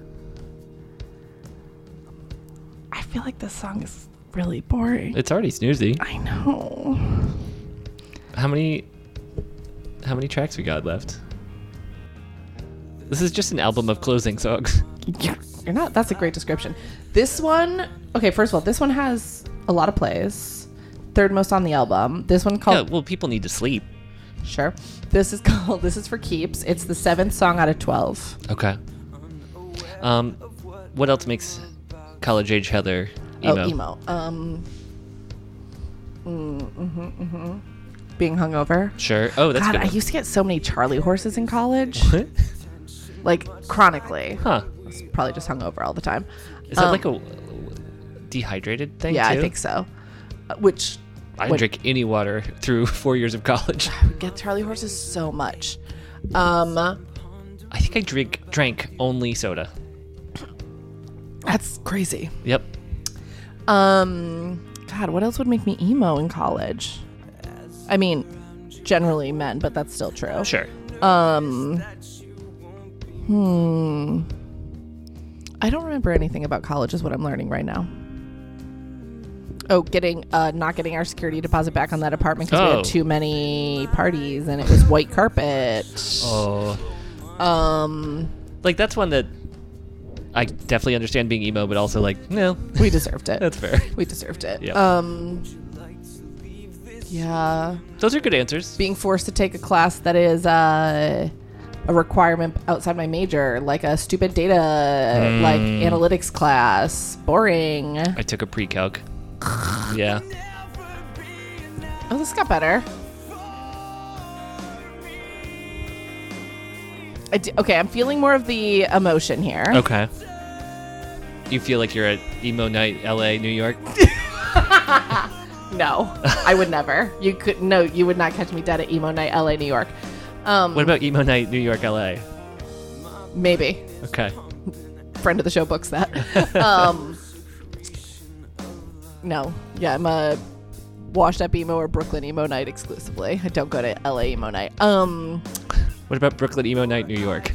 Speaker 2: I feel like this song is really boring.
Speaker 1: It's already snoozy.
Speaker 2: I know.
Speaker 1: How many how many tracks we got left? This is just an album of closing songs.
Speaker 2: You're not. That's a great description. This one, okay. First of all, this one has a lot of plays. Third most on the album. This one
Speaker 1: Yeah,
Speaker 2: called
Speaker 1: well, people need to sleep. Oh.
Speaker 2: sure. This is called This is for keeps. It's the seventh song out of twelve.
Speaker 1: Okay. Um, what else makes college age Heather emo?
Speaker 2: Oh, emo. Um. mm, mhm, mhm. Being hungover.
Speaker 1: Sure. Oh, that's
Speaker 2: God,
Speaker 1: good.
Speaker 2: I
Speaker 1: one.
Speaker 2: used to get so many Charlie horses in college.
Speaker 1: What?
Speaker 2: like chronically.
Speaker 1: Huh?
Speaker 2: I was probably just hungover all the time.
Speaker 1: Is that
Speaker 2: Um,
Speaker 1: like a dehydrated thing?
Speaker 2: yeah? I
Speaker 1: too?
Speaker 2: think so. Uh, Which
Speaker 1: I
Speaker 2: What-
Speaker 1: didn't drink any water through four years of college.
Speaker 2: get Charlie horses so much. Um,
Speaker 1: I think I drink drank only soda.
Speaker 2: that's crazy.
Speaker 1: Yep.
Speaker 2: Um, God, what else would make me emo in college? I mean, generally men, but that's still true.
Speaker 1: Sure.
Speaker 2: Um, hmm. I don't remember anything about college. Is what I'm learning right now. Oh, getting uh, not getting our security deposit back on that apartment because we
Speaker 1: Oh.
Speaker 2: had too many parties and it was white carpet.
Speaker 1: Oh.
Speaker 2: Um,
Speaker 1: Like that's one that I definitely understand being emo, but also like no,
Speaker 2: we deserved it.
Speaker 1: that's fair.
Speaker 2: we deserved it.
Speaker 1: Yep.
Speaker 2: Um, yeah,
Speaker 1: Those are good answers.
Speaker 2: being forced to take a class that is uh, a requirement outside my major, like a stupid data, like analytics class, boring.
Speaker 1: I took a pre-calc. yeah.
Speaker 2: Oh, this got better. I d- okay, I'm feeling more of the emotion here.
Speaker 1: Okay. You feel like you're at emo night, L.A., New York.
Speaker 2: No, I would never. You could no, you would not catch me dead at emo night, LA, New York. Um,
Speaker 1: What about emo night, New York, L.A.?
Speaker 2: maybe
Speaker 1: Okay.
Speaker 2: friend of the show books that. um, no, yeah, I'm a washed up emo or Brooklyn emo night exclusively. I don't go to LA emo night. Um,
Speaker 1: What about Brooklyn emo night, New York?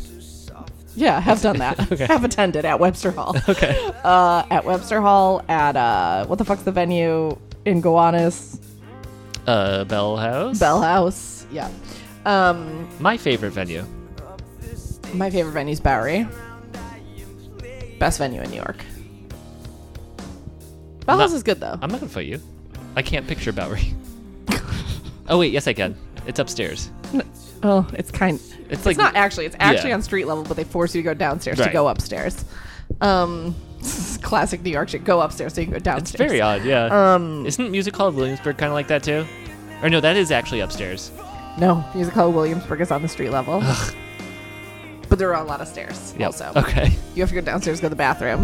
Speaker 2: yeah, have done that. Have attended at Webster Hall. Okay. Uh, at Webster Hall, at uh, what the fuck's the venue in Gowanus?
Speaker 1: Uh, Bell House.
Speaker 2: Bell House. Yeah. Um,
Speaker 1: My favorite venue.
Speaker 2: my favorite venue's Bowery. Best venue in New York. Bell
Speaker 1: Not-
Speaker 2: House is good though.
Speaker 1: I'm not gonna fight you. I can't picture Bowery. oh wait, yes I can. It's upstairs.
Speaker 2: Oh, it's kind.
Speaker 1: It's
Speaker 2: It's,
Speaker 1: like-
Speaker 2: not actually. It's actually
Speaker 1: yeah.
Speaker 2: on street level, but they force you to go downstairs
Speaker 1: Right.
Speaker 2: to go upstairs. Um, this is classic New York shit. Go upstairs so you can go downstairs.
Speaker 1: It's very odd, yeah.
Speaker 2: Um,
Speaker 1: Isn't Music Hall of Williamsburg kind of like that too? Or no, that is actually upstairs.
Speaker 2: no, Music Hall Williamsburg is on the street level, but there are a lot of stairs.
Speaker 1: Yep.
Speaker 2: Also,
Speaker 1: Okay.
Speaker 2: you have to go downstairs, go to the bathroom.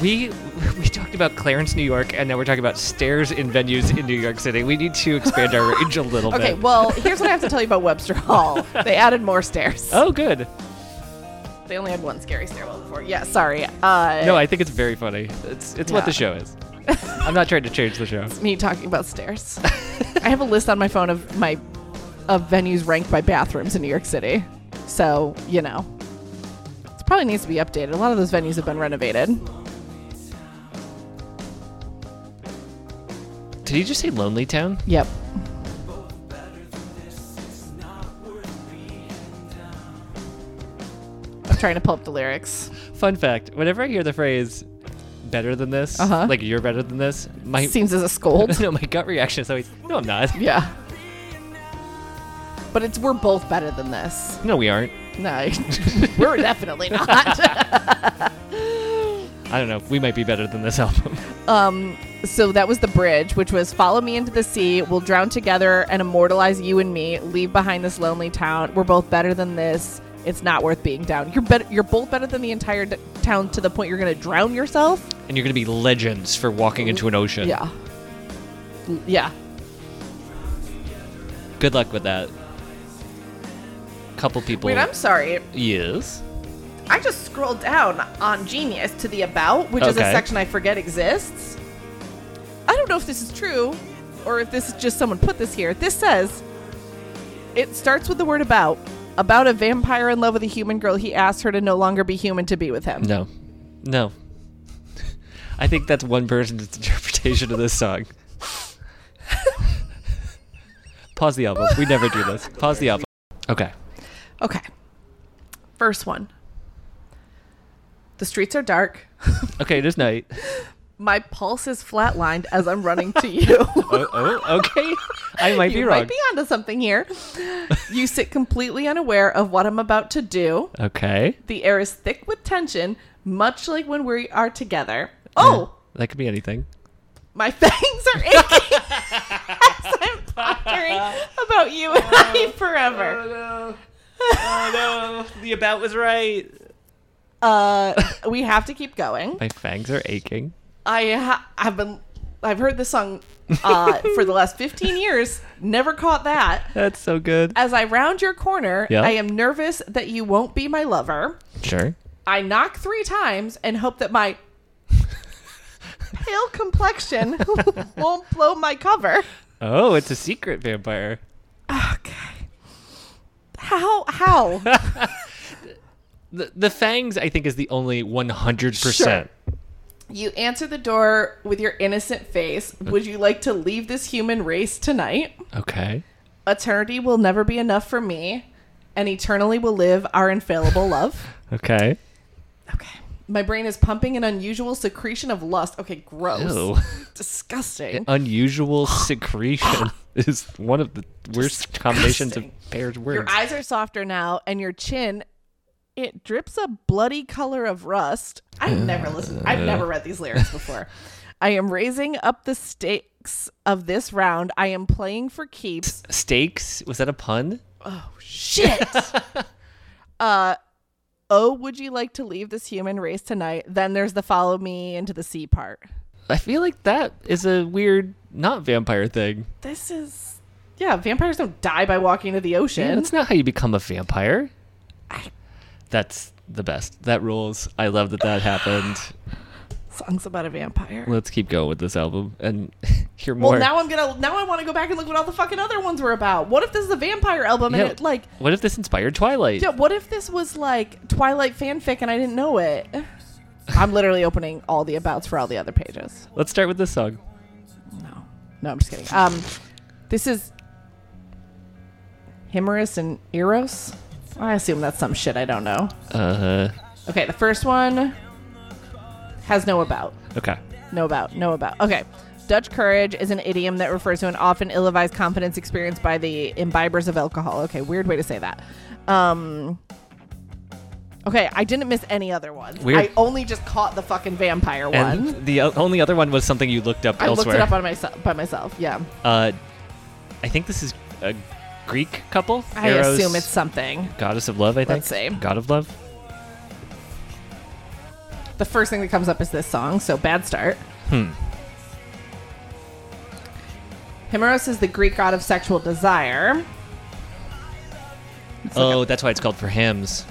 Speaker 1: We we talked about Clarence, New York, and now we're talking about stairs in venues in New York City. We need to expand our range a little
Speaker 2: Okay,
Speaker 1: bit.
Speaker 2: well, here's what I have to tell you about Webster Hall. They added more stairs.
Speaker 1: oh, good.
Speaker 2: They only had one scary stairwell before. Yeah, sorry. Uh,
Speaker 1: No, I think it's very funny. It's it's
Speaker 2: Yeah.
Speaker 1: what the show is. I'm not trying to change the show.
Speaker 2: me talking about stairs. I have a list on my phone of my of venues ranked by bathrooms in New York City. So, you know. It probably needs to be updated. A lot of those venues have been renovated.
Speaker 1: Did you just say Lonely Town?
Speaker 2: Yep. I'm trying to pull up the lyrics.
Speaker 1: Fun fact: Whenever I hear the phrase "better than this,"
Speaker 2: Uh-huh.
Speaker 1: like "you're better than this," my
Speaker 2: Seems as a scold.
Speaker 1: no, my gut reaction is always, "No, I'm not.
Speaker 2: yeah. But it's we're both better than this.
Speaker 1: No, we aren't."
Speaker 2: No, we're definitely not.
Speaker 1: I don't know. We might be better than this album.
Speaker 2: Um, so that was the bridge, which was follow me into the sea, we'll drown together and immortalize you and me, leave behind this lonely town. We're both better than this. It's not worth being down. You're better. You're both better than the entire d- town to the point you're gonna drown yourself.
Speaker 1: and you're gonna be legends for walking into an ocean.
Speaker 2: Yeah. L- Yeah.
Speaker 1: Good luck with that. Couple people.
Speaker 2: Wait, I'm sorry.
Speaker 1: Yes.
Speaker 2: I just scrolled down on Genius to the About, which is a
Speaker 1: Okay.
Speaker 2: section I forget exists. I don't know if this is true or if this is just someone put this here. This says it starts with the word about. About a vampire in love with a human girl, he asked her to no longer be human to be with him.
Speaker 1: No. No. I think that's one person's interpretation of this song. Pause the album. We never do this. Pause the album. Okay.
Speaker 2: Okay. First one. The streets are dark.
Speaker 1: Okay, it is night.
Speaker 2: My pulse is flatlined as I'm running to you.
Speaker 1: Oh, oh okay. I might
Speaker 2: you
Speaker 1: be wrong.
Speaker 2: might be onto something here. you sit completely unaware of what I'm about to do.
Speaker 1: okay.
Speaker 2: The air is thick with tension, much like when we are together. Oh,
Speaker 1: That could be anything.
Speaker 2: my fangs are aching as I'm pondering about you and I forever.
Speaker 1: no. Oh no. The about was right.
Speaker 2: Uh, we have to keep going.
Speaker 1: My fangs are aching.
Speaker 2: I ha- I've been I've heard this song uh, for the last 15 years. Never caught that.
Speaker 1: That's so good.
Speaker 2: As I round your corner,
Speaker 1: Yeah.
Speaker 2: I am nervous that you won't be my lover.
Speaker 1: Sure.
Speaker 2: I knock three times and hope that my pale complexion won't blow my cover.
Speaker 1: Oh, it's a secret vampire.
Speaker 2: Okay. How? How?
Speaker 1: The, the fangs, I think, is the only 100%.
Speaker 2: you answer the door with your innocent face. Would you like to leave this human race tonight?
Speaker 1: Okay.
Speaker 2: Eternity will never be enough for me, and eternally will live our infallible love.
Speaker 1: Okay.
Speaker 2: Okay. My brain is pumping an unusual secretion of lust. Okay, gross.
Speaker 1: Ew.
Speaker 2: Disgusting.
Speaker 1: Unusual secretion is one of the worst combinations of
Speaker 2: disgusting.
Speaker 1: paired words.
Speaker 2: Your eyes are softer now, and your chin it drips a bloody color of rust. I've never listened. I've never read these lyrics before. I am raising up the stakes of this round. I am playing for keeps.
Speaker 1: Stakes? Was that a pun?
Speaker 2: Shit. uh, oh, would you like to leave this human race tonight? Then there's the follow me into the sea part.
Speaker 1: I feel like that is a weird, not vampire thing.
Speaker 2: This is, yeah, vampires don't die by walking to the
Speaker 1: Yeah,
Speaker 2: ocean.
Speaker 1: that's not how you become a vampire. That's the best. That rules. I love that that happened.
Speaker 2: Songs about a vampire.
Speaker 1: Let's keep going with this album and hear more.
Speaker 2: Well, now I'm gonna. Now I want to go back and look what all the fucking other ones were about. What if this is a vampire album
Speaker 1: Yeah.
Speaker 2: and it like?
Speaker 1: what if this inspired Twilight?
Speaker 2: Yeah. What if this was like Twilight fanfic and I didn't know it? I'm literally opening all the abouts for all the other pages.
Speaker 1: Let's start with this song.
Speaker 2: No, no, I'm just kidding. Um, this is Himerus and Eros. I assume that's some shit I don't know.
Speaker 1: Uh,
Speaker 2: Okay, the first one has no about.
Speaker 1: okay.
Speaker 2: Know about, know about. Okay. Dutch courage is an idiom that refers to an often ill advised confidence experienced by the imbibers of alcohol. Okay, weird way to say that. Um, okay, I didn't miss any other ones.
Speaker 1: Weird.
Speaker 2: I only just caught the fucking vampire one.
Speaker 1: And the o- only other one was something you looked up
Speaker 2: I
Speaker 1: elsewhere.
Speaker 2: looked it up on myself by myself. Yeah.
Speaker 1: uh, I think this is a Greek couple.
Speaker 2: I
Speaker 1: Eros,
Speaker 2: assume it's something.
Speaker 1: goddess of love. I think.
Speaker 2: Let's see.
Speaker 1: God of love.
Speaker 2: the first thing that comes up is this song, so bad start. Hmm. Himeros is the Greek god of sexual desire.
Speaker 1: Oh, that's why it's called for hymns.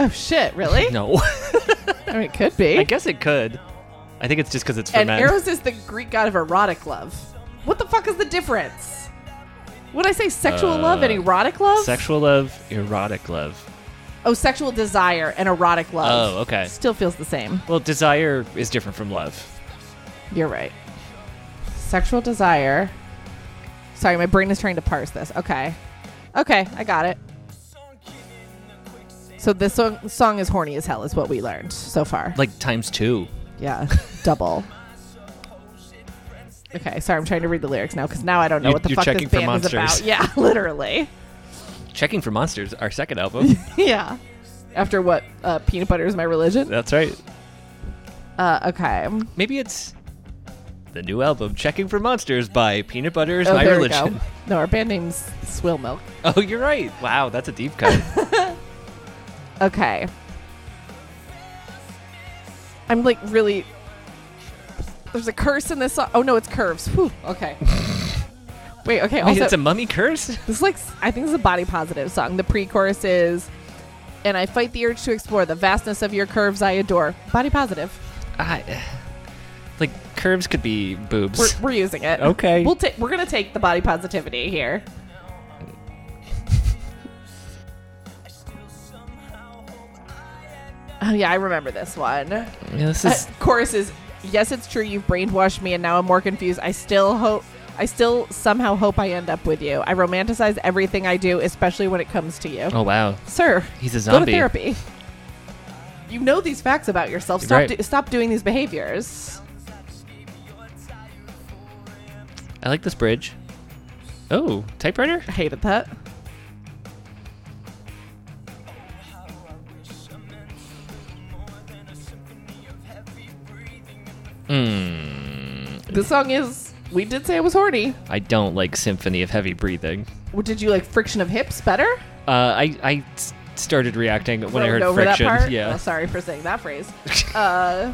Speaker 2: Oh shit, really?
Speaker 1: No,
Speaker 2: I mean, it could be.
Speaker 1: I guess it could. I think it's just because it's for
Speaker 2: and
Speaker 1: men.
Speaker 2: Eros is the Greek god of erotic love. What the fuck is the difference? Would I say sexual love
Speaker 1: Uh,
Speaker 2: and erotic love?
Speaker 1: Sexual love, erotic love.
Speaker 2: oh, sexual desire and erotic love.
Speaker 1: Oh, okay.
Speaker 2: Still feels the same.
Speaker 1: Well, desire is different from love.
Speaker 2: You're right. Sexual desire. Sorry, my brain is trying to parse this. Okay. Okay, I got it. So this song, song is horny as hell, is what we learned so far.
Speaker 1: Like times two.
Speaker 2: Yeah, double. Okay, sorry, I'm trying to read the lyrics now because now I don't know
Speaker 1: You-
Speaker 2: what the
Speaker 1: you're
Speaker 2: fuck this
Speaker 1: checking for
Speaker 2: band is about.
Speaker 1: monsters.
Speaker 2: Yeah, literally.
Speaker 1: Checking for Monsters, our second album.
Speaker 2: yeah. After what? Uh, peanut butter is my religion.
Speaker 1: That's right.
Speaker 2: Uh, okay.
Speaker 1: Maybe it's the new album, Checking for Monsters by Peanut Butter is
Speaker 2: Oh,
Speaker 1: My
Speaker 2: there we
Speaker 1: Religion.
Speaker 2: go. No, our band name's Swill Milk.
Speaker 1: Oh, you're right. Wow, that's a deep cut.
Speaker 2: Okay. I'm like really. There's a curse in this song. Oh no, it's curves. Whew. Okay. Wait. Okay.
Speaker 1: Wait,
Speaker 2: Also,
Speaker 1: it's a mummy curse?
Speaker 2: this is like s- I think this is a body positive song. The pre-chorus is, and I fight the urge to explore the vastness of your curves. I adore body positive.
Speaker 1: I, uh, like, curves could be boobs.
Speaker 2: We're, we're using it.
Speaker 1: Okay.
Speaker 2: We'll take. We're gonna take the body positivity here. Oh yeah, I remember this one.
Speaker 1: yeah, this
Speaker 2: Uh,
Speaker 1: is.
Speaker 2: chorus is yes it's true you've brainwashed me and now i'm more confused i still hope i still somehow hope i end up with you i romanticize everything i do especially when it comes to you
Speaker 1: oh, wow.
Speaker 2: sir
Speaker 1: He's a
Speaker 2: go to
Speaker 1: zombie.
Speaker 2: therapy you know these facts about yourself stop
Speaker 1: Right.
Speaker 2: do- stop doing these behaviors
Speaker 1: I like this bridge. Oh, typewriter?
Speaker 2: i hated that this song is we did say it was horny
Speaker 1: I don't like Symphony of Heavy Breathing.
Speaker 2: Well, did you like friction of hips better
Speaker 1: Uh, I, I s- started reacting when I heard
Speaker 2: Rolled over
Speaker 1: friction.
Speaker 2: that part.
Speaker 1: Yeah.
Speaker 2: Oh, sorry for saying that phrase. uh,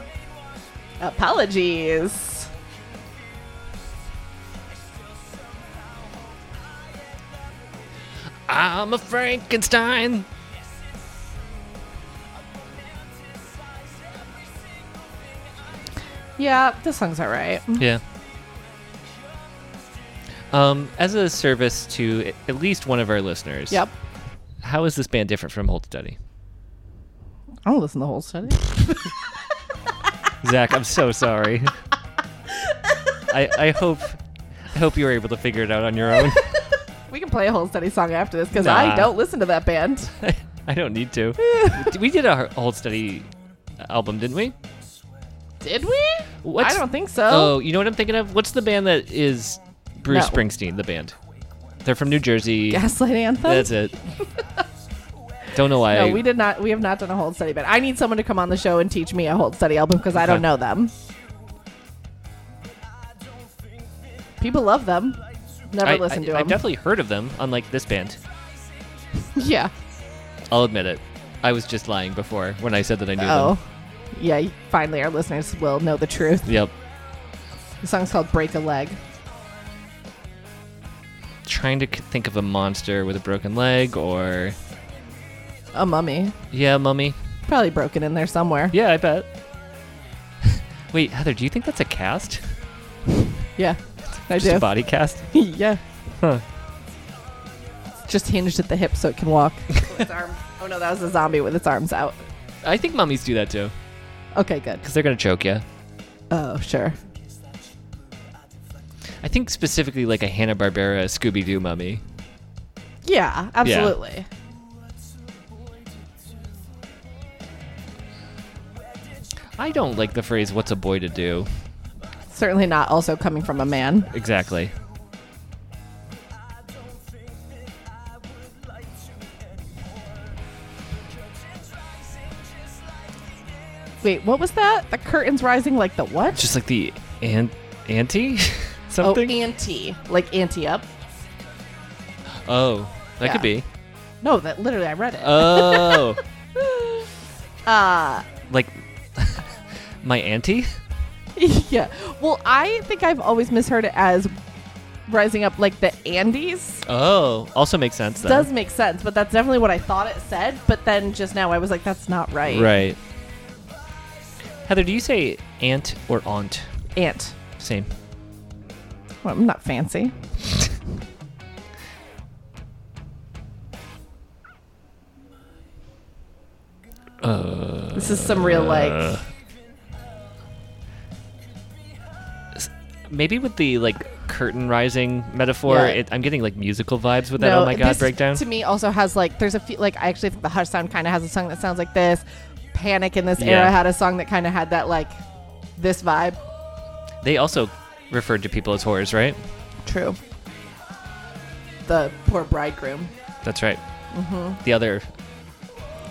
Speaker 2: apologies.
Speaker 1: I'm a Frankenstein.
Speaker 2: Yeah, this song's all right.
Speaker 1: Yeah. Um, as a service to a- at least one of our listeners,
Speaker 2: Yep.
Speaker 1: how is this band different from Hold Study?
Speaker 2: I don't listen to the whole study.
Speaker 1: Zach, I'm so sorry. I, I hope I hope you were able to figure it out on your own.
Speaker 2: We can play a whole study song after this because
Speaker 1: Nah.
Speaker 2: I don't listen to that band.
Speaker 1: I don't need to. we did a Hold Study album, didn't we?
Speaker 2: Did we?
Speaker 1: What's-
Speaker 2: I don't think so.
Speaker 1: Oh, you know what I'm thinking of? What's the band that is Bruce
Speaker 2: No.
Speaker 1: Springsteen? The band. They're from New Jersey.
Speaker 2: Gaslight Anthem.
Speaker 1: That's it. don't know why.
Speaker 2: no,
Speaker 1: I-
Speaker 2: we did not. We have not done a whole study, but I need someone to come on the show and teach me a whole study album because I don't
Speaker 1: Okay.
Speaker 2: know them. People love them. Never
Speaker 1: I,
Speaker 2: listened to
Speaker 1: I- I've
Speaker 2: them.
Speaker 1: definitely heard of them, unlike this band.
Speaker 2: yeah.
Speaker 1: I'll admit it. I was just lying before when I said that I knew
Speaker 2: Oh.
Speaker 1: them.
Speaker 2: Yeah, y- finally our listeners will know the truth.
Speaker 1: Yep.
Speaker 2: The song's called Break a Leg.
Speaker 1: Trying to c- think of a monster with a broken leg or.
Speaker 2: A mummy.
Speaker 1: Yeah, mummy.
Speaker 2: Probably broken in there somewhere.
Speaker 1: Yeah, I bet. Wait, Heather, do you think that's a cast?
Speaker 2: Yeah. I
Speaker 1: Just a
Speaker 2: do.
Speaker 1: body cast?
Speaker 2: yeah.
Speaker 1: Huh.
Speaker 2: It's just hinged at the hip so it can walk. its arm. Oh no, that was a zombie with its arms out.
Speaker 1: I think mummies do that too.
Speaker 2: Okay, good.
Speaker 1: Because they're going to choke you.
Speaker 2: Oh, sure.
Speaker 1: I think specifically like a Hanna-Barbera Scooby-Doo mummy.
Speaker 2: Yeah, absolutely.
Speaker 1: I don't like the phrase, what's a boy to do?
Speaker 2: Certainly not also coming from a man.
Speaker 1: Exactly.
Speaker 2: Wait, what was that? The curtains rising like the what?
Speaker 1: Just like the an- ante?
Speaker 2: oh,
Speaker 1: Something?
Speaker 2: ante. Like ante up.
Speaker 1: oh, that
Speaker 2: Yeah.
Speaker 1: could be.
Speaker 2: Uh. No, that literally I read it.
Speaker 1: Oh.
Speaker 2: Uh,
Speaker 1: like my auntie.
Speaker 2: yeah. Well, I think I've always misheard it as rising up like the Andes.
Speaker 1: Oh, also makes sense. Then.
Speaker 2: Does make sense, but that's definitely what I thought it said. But then just now I was like, that's not right.
Speaker 1: right. Heather, do you say aunt or aunt?
Speaker 2: Ant.
Speaker 1: Same.
Speaker 2: Well, I'm not fancy.
Speaker 1: Uh,
Speaker 2: this is some real like
Speaker 1: Maybe with the like curtain rising metaphor,
Speaker 2: Yeah.
Speaker 1: it, I'm getting like musical vibes with that. oh my god,
Speaker 2: this
Speaker 1: breakdown.
Speaker 2: To me, also has like there's a few like I actually think the Hush sound kind of has a song that sounds like this. Panic in this
Speaker 1: Yeah.
Speaker 2: era had a song that kind of had that like this vibe.
Speaker 1: They also referred to people as whores, right?
Speaker 2: True. The poor bridegroom,
Speaker 1: That's right. The other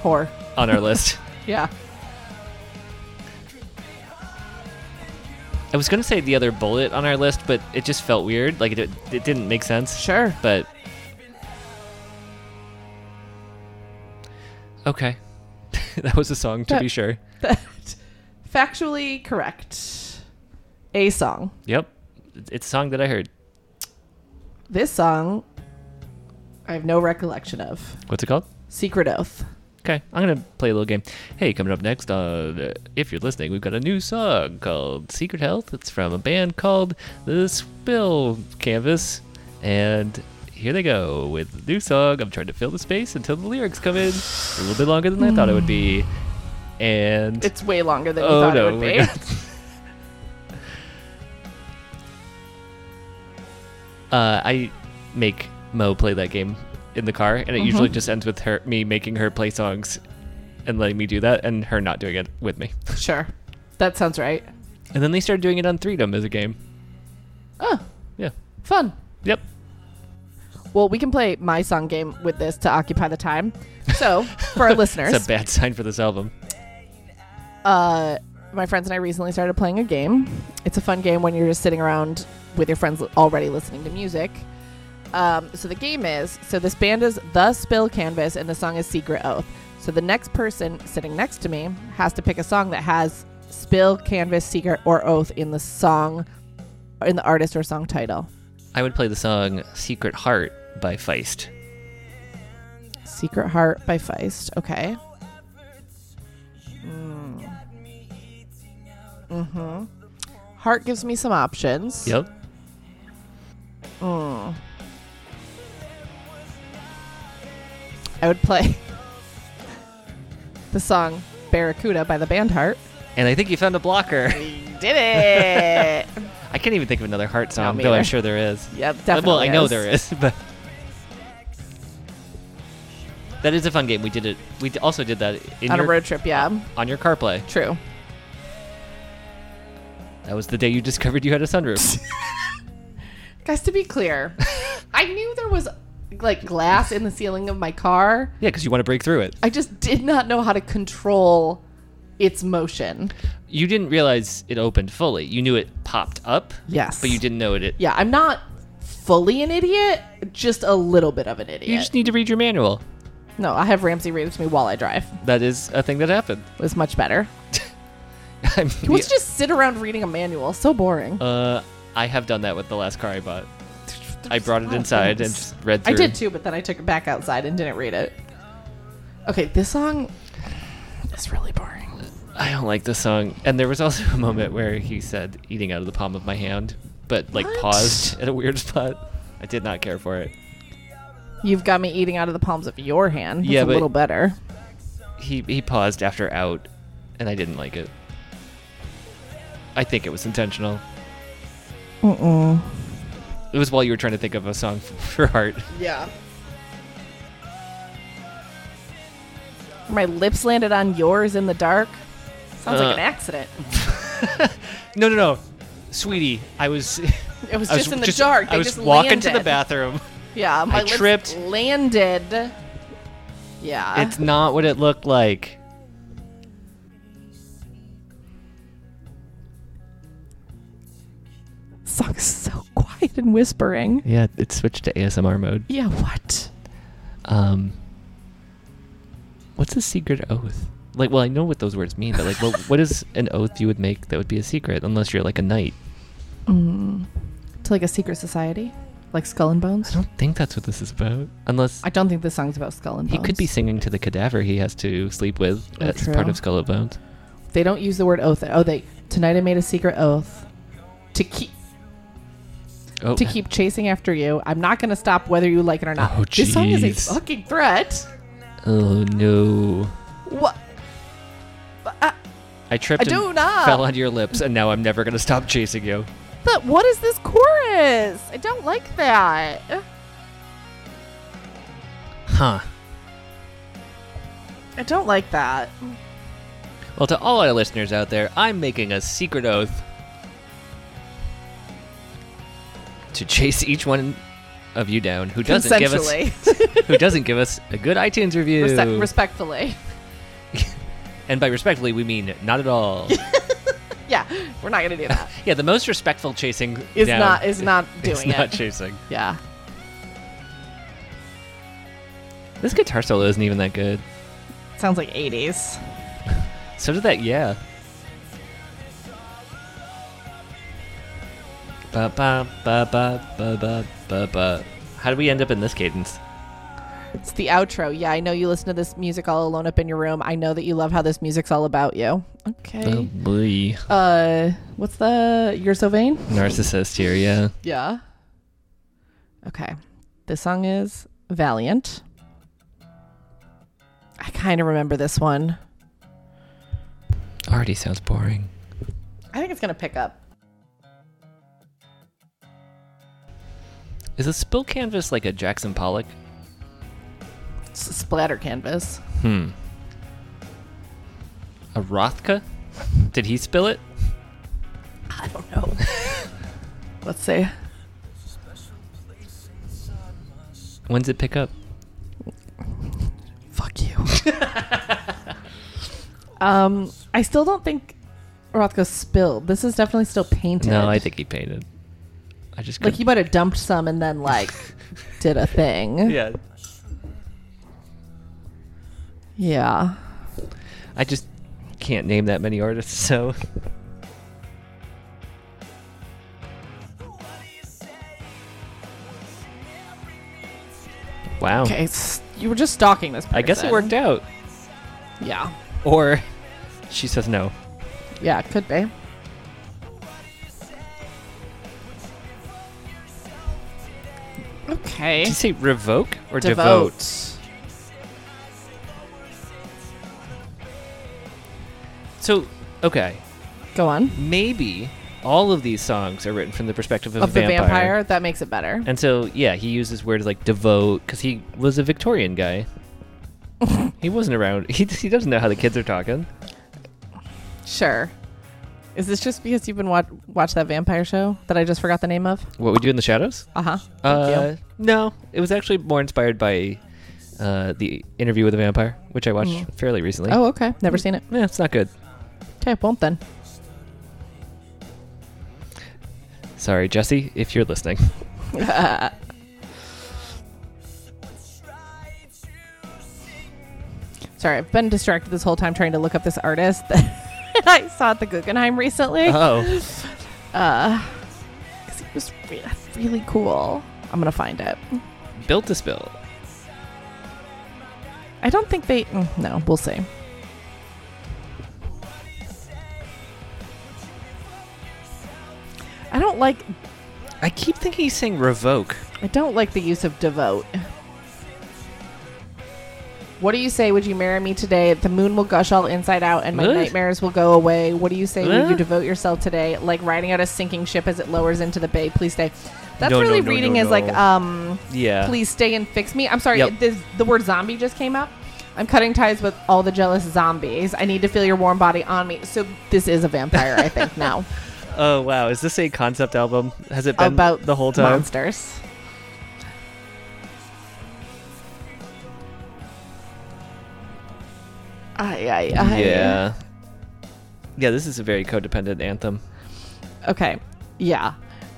Speaker 2: whore.
Speaker 1: on our list.
Speaker 2: Yeah.
Speaker 1: I was gonna say the other bullet on our list, but it just felt weird. Like it, it didn't make sense.
Speaker 2: Sure.
Speaker 1: But okay, that was a song to
Speaker 2: That-
Speaker 1: be sure.
Speaker 2: That factually correct. A song.
Speaker 1: Yep, it's a song that I heard.
Speaker 2: This song, I have no recollection of.
Speaker 1: What's it called?
Speaker 2: Secret Oath.
Speaker 1: Okay, I'm gonna play a little game. Hey, coming up next, uh, if you're listening, we've got a new song called "Secret Health." It's from a band called The Spill Canvas, and here they go with the new song. I'm trying to fill the space until the lyrics come in. A little bit longer than I thought it would be, and
Speaker 2: It's way longer than you
Speaker 1: oh
Speaker 2: thought
Speaker 1: no,
Speaker 2: it would
Speaker 1: we're
Speaker 2: be.
Speaker 1: not. uh, I make Mo play that game in the car, and it usually just ends with her me making her play songs and letting me do that, and her not doing it with me.
Speaker 2: Sure. That sounds right.
Speaker 1: And then they started doing it on Freedom as a game.
Speaker 2: Oh,
Speaker 1: Yeah.
Speaker 2: fun.
Speaker 1: Yep.
Speaker 2: Well, we can play my song game with this to occupy the time. So, for our
Speaker 1: It's a
Speaker 2: listeners,
Speaker 1: bad sign for this album.
Speaker 2: uh, my friends and I recently started playing a game. It's a fun game when you're just sitting around with your friends l- already listening to music. Um, so the game is so this band is The Spill Canvas and the song is Secret Oath. So the next person sitting next to me has to pick a song that has Spill Canvas Secret or Oath in the song in the artist or song title.
Speaker 1: I would play the song Secret Heart by Feist.
Speaker 2: Secret Heart by Feist. Okay. Hmm. Mm-hmm. Heart gives me some options.
Speaker 1: Yep.
Speaker 2: Mm. I would play the song Barracuda by the band Heart.
Speaker 1: And I think you found a blocker.
Speaker 2: Did it!
Speaker 1: I can't even think of another Heart song,
Speaker 2: me
Speaker 1: though I'm
Speaker 2: either.
Speaker 1: sure there is. Uh,
Speaker 2: yep, definitely.
Speaker 1: well, I know
Speaker 2: is.
Speaker 1: there is, but that is a fun game. We did it. We d- also did that in
Speaker 2: On a
Speaker 1: your
Speaker 2: road trip, yeah.
Speaker 1: on your CarPlay.
Speaker 2: True.
Speaker 1: That was the day you discovered you had a sunroof.
Speaker 2: Guys, to be clear, I knew there was like glass in the ceiling of my car.
Speaker 1: yeah, because you want to break through it.
Speaker 2: I just did not know how to control its motion.
Speaker 1: You didn't realize it opened fully. You knew it popped up.
Speaker 2: Yes.
Speaker 1: but you didn't know it. it
Speaker 2: Yeah, I'm not fully an idiot, just a little bit of an idiot.
Speaker 1: You just need to read your manual.
Speaker 2: no, I have Ramsey read it to me while I drive.
Speaker 1: That is a thing that happened.
Speaker 2: It was much better.
Speaker 1: I mean,
Speaker 2: Let's just sit around reading a manual. So boring.
Speaker 1: uh, I have done that with the last car I bought. I brought it inside and just read
Speaker 2: Oh, I
Speaker 1: through.
Speaker 2: did too, but then I took it back outside and didn't read it. Okay, this song is really boring.
Speaker 1: I don't like this song. And there was also a moment where he said eating out of the palm of my hand, but like
Speaker 2: What?
Speaker 1: paused at a weird spot. I did not care for it.
Speaker 2: You've got me eating out of the palms of your hand. That's
Speaker 1: Yeah,
Speaker 2: a
Speaker 1: but-
Speaker 2: little better.
Speaker 1: He he paused after out and I didn't like it. I think it was intentional.
Speaker 2: Mm-mm.
Speaker 1: It was while you were trying to think of a song for Heart.
Speaker 2: Yeah. My lips landed on yours in the dark. Sounds
Speaker 1: Uh.
Speaker 2: like an accident.
Speaker 1: No, no, no. Sweetie, I was
Speaker 2: It was
Speaker 1: I was
Speaker 2: just in the dark. They
Speaker 1: I was
Speaker 2: just
Speaker 1: walking to the
Speaker 2: landed.
Speaker 1: bathroom.
Speaker 2: Yeah, my
Speaker 1: I
Speaker 2: lips
Speaker 1: tripped.
Speaker 2: landed. Yeah.
Speaker 1: It's not what it looked like.
Speaker 2: This song is so quiet and whispering.
Speaker 1: Yeah, it switched to ASMR mode.
Speaker 2: Yeah, what?
Speaker 1: Um, what's the secret oath? like well I know what those words mean, but like what what is an oath you would make that would be a secret unless you're like a knight?
Speaker 2: To like a secret society, like Skull and
Speaker 1: I
Speaker 2: Bones.
Speaker 1: don't think that's what this is about. Unless
Speaker 2: I don't think this song's about Skull and
Speaker 1: he
Speaker 2: Bones.
Speaker 1: could be singing to the cadaver he has to sleep with
Speaker 2: Oh,
Speaker 1: as
Speaker 2: true.
Speaker 1: part of Skull and Bones.
Speaker 2: They don't use the word oath. Oh, they tonight I made a secret oath to keep
Speaker 1: Oh,
Speaker 2: to keep chasing after you. I'm not going to stop whether you like it or not.
Speaker 1: Oh,
Speaker 2: this song is a
Speaker 1: jeez.
Speaker 2: fucking threat.
Speaker 1: oh no.
Speaker 2: What?
Speaker 1: I
Speaker 2: I
Speaker 1: tripped
Speaker 2: do
Speaker 1: and
Speaker 2: not.
Speaker 1: fell on your lips, and now I'm never gonna stop chasing you.
Speaker 2: But what is this chorus? I don't like that.
Speaker 1: Huh.
Speaker 2: I don't like that.
Speaker 1: Well, to all our listeners out there, I'm making a secret oath to chase each one of you down who doesn't give us
Speaker 2: Consensually,
Speaker 1: who doesn't give us a good iTunes review.
Speaker 2: Respe- respectfully.
Speaker 1: and by respectfully, we mean not at all.
Speaker 2: Yeah, we're not going to do that.
Speaker 1: yeah, the most respectful chasing
Speaker 2: Is
Speaker 1: down
Speaker 2: not is not doing
Speaker 1: is
Speaker 2: it.
Speaker 1: not chasing.
Speaker 2: yeah.
Speaker 1: This guitar solo isn't even that good.
Speaker 2: Sounds like 80s.
Speaker 1: So did that, yeah. Ba ba ba ba ba ba ba ba. How do we end up in this cadence?
Speaker 2: It's the outro. Yeah, I know you listen to this music all alone up in your room. I know that you love how this music's all about you.
Speaker 1: Oh
Speaker 2: Okay.
Speaker 1: boy.
Speaker 2: Uh, what's the You're So Vain?
Speaker 1: Narcissist here, yeah.
Speaker 2: Yeah. Okay. This song is Valiant. I kind of remember this one.
Speaker 1: Already sounds boring.
Speaker 2: I think it's going to pick up.
Speaker 1: Is a spill canvas like a Jackson Pollock?
Speaker 2: S- splatter canvas.
Speaker 1: Hmm. A Rothka? Did he spill it?
Speaker 2: I don't know. Let's see.
Speaker 1: When's it pick up?
Speaker 2: Fuck you. um, I still don't think Rothko spilled. This is definitely still painted.
Speaker 1: No, I think he painted. I just
Speaker 2: like
Speaker 1: couldn't.
Speaker 2: he might have dumped some and then like did a thing.
Speaker 1: yeah.
Speaker 2: Yeah.
Speaker 1: I just can't name that many artists, so Wow.
Speaker 2: Okay, s- you were just stalking this. Person.
Speaker 1: Oh. I guess it worked out.
Speaker 2: Yeah.
Speaker 1: Or she says no.
Speaker 2: Yeah, it could be. Okay.
Speaker 1: Did you say revoke or devote?
Speaker 2: Devote.
Speaker 1: So, okay,
Speaker 2: Go on.
Speaker 1: maybe all of these songs are written from the perspective of,
Speaker 2: Of
Speaker 1: a
Speaker 2: the vampire, that makes it better.
Speaker 1: And so, yeah, he uses words like devote because he was a Victorian guy. he wasn't around. He, he doesn't know how the kids are talking.
Speaker 2: Sure. Is this just because you've been watch watch that vampire show that I just forgot the name of?
Speaker 1: What we do in the shadows?
Speaker 2: Uh huh.
Speaker 1: Uh, no, it was actually more inspired by uh, the interview with the vampire, which I watched fairly recently.
Speaker 2: Oh, okay. Never seen it.
Speaker 1: yeah, it's not good.
Speaker 2: Okay, won't then.
Speaker 1: Sorry, Jesse, if you're listening.
Speaker 2: Sorry, I've been distracted this whole time trying to look up this artist that I saw at the Guggenheim recently.
Speaker 1: Oh,
Speaker 2: Because it was re- really cool. I'm gonna find it.
Speaker 1: built to spill.
Speaker 2: I don't think they. mm, No, we'll see. I don't like.
Speaker 1: I keep thinking he's saying revoke.
Speaker 2: I don't like the use of devote. What do you say? Would you marry me today? The moon will gush all inside out, and my
Speaker 1: What?
Speaker 2: nightmares will go away. What do you say? Would
Speaker 1: What?
Speaker 2: you devote yourself today, like riding out a sinking ship as it lowers into the bay? Please stay. That's
Speaker 1: No, no,
Speaker 2: really
Speaker 1: no,
Speaker 2: reading
Speaker 1: no,
Speaker 2: as like
Speaker 1: no.
Speaker 2: um,
Speaker 1: Yeah.
Speaker 2: please stay and fix me. I'm sorry,
Speaker 1: Yep.
Speaker 2: this, the word zombie just came up. I'm cutting ties with all the jealous zombies. I need to feel your warm body on me. So this is a vampire, I think now.
Speaker 1: Oh wow, is this a concept album? Has it been
Speaker 2: about
Speaker 1: the whole time?
Speaker 2: monsters. Ay, ay, ay.
Speaker 1: Yeah. Yeah, this is a very codependent anthem.
Speaker 2: Okay. Yeah.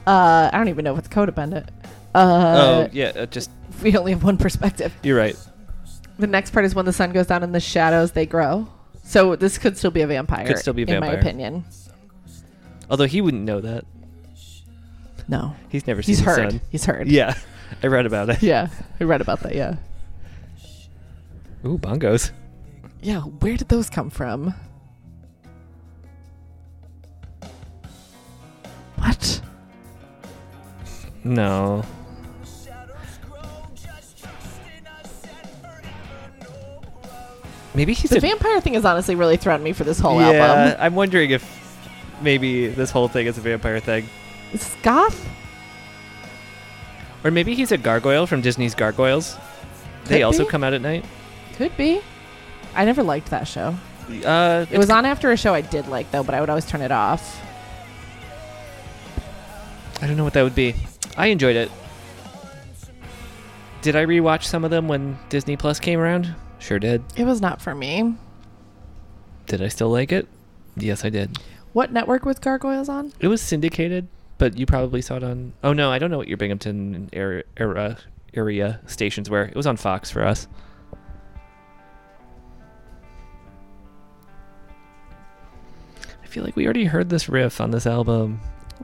Speaker 2: Uh, I don't even know what's codependent. Uh,
Speaker 1: oh yeah, uh, just
Speaker 2: We only have one perspective.
Speaker 1: you're right.
Speaker 2: The next part is when the sun goes down and the shadows they grow. So this could still be a vampire.
Speaker 1: Could still be a
Speaker 2: in my
Speaker 1: vampire.
Speaker 2: opinion.
Speaker 1: Although he wouldn't know that.
Speaker 2: No,
Speaker 1: He's never seen
Speaker 2: he's
Speaker 1: his
Speaker 2: heard.
Speaker 1: son.
Speaker 2: He's heard.
Speaker 1: Yeah, I read about it.
Speaker 2: yeah. I read about that. Yeah,
Speaker 1: Ooh, bongos.
Speaker 2: yeah. Where did those come from? What?
Speaker 1: No. Maybe he's
Speaker 2: The
Speaker 1: a
Speaker 2: vampire thing has honestly really thrown me for this whole
Speaker 1: yeah,
Speaker 2: album.
Speaker 1: I'm wondering if maybe this whole thing is a vampire thing,
Speaker 2: It's goth.
Speaker 1: or maybe he's a gargoyle from Disney's Gargoyles.
Speaker 2: Could
Speaker 1: They also
Speaker 2: be.
Speaker 1: come out at night.
Speaker 2: Could be. I never liked that show.
Speaker 1: Uh,
Speaker 2: It was on after a show I did like though, but I would always turn it off.
Speaker 1: I don't know what that would be. I enjoyed it. Did I rewatch some of them when Disney Plus came around? Sure did.
Speaker 2: It was not for me.
Speaker 1: Did I still like it? Yes, I did.
Speaker 2: What network was Gargoyles on?
Speaker 1: It was syndicated, but you probably saw it on. Oh no, I don't know what your Binghamton era era, area stations were. It was on Fox for us. I feel like we already heard this riff on this album.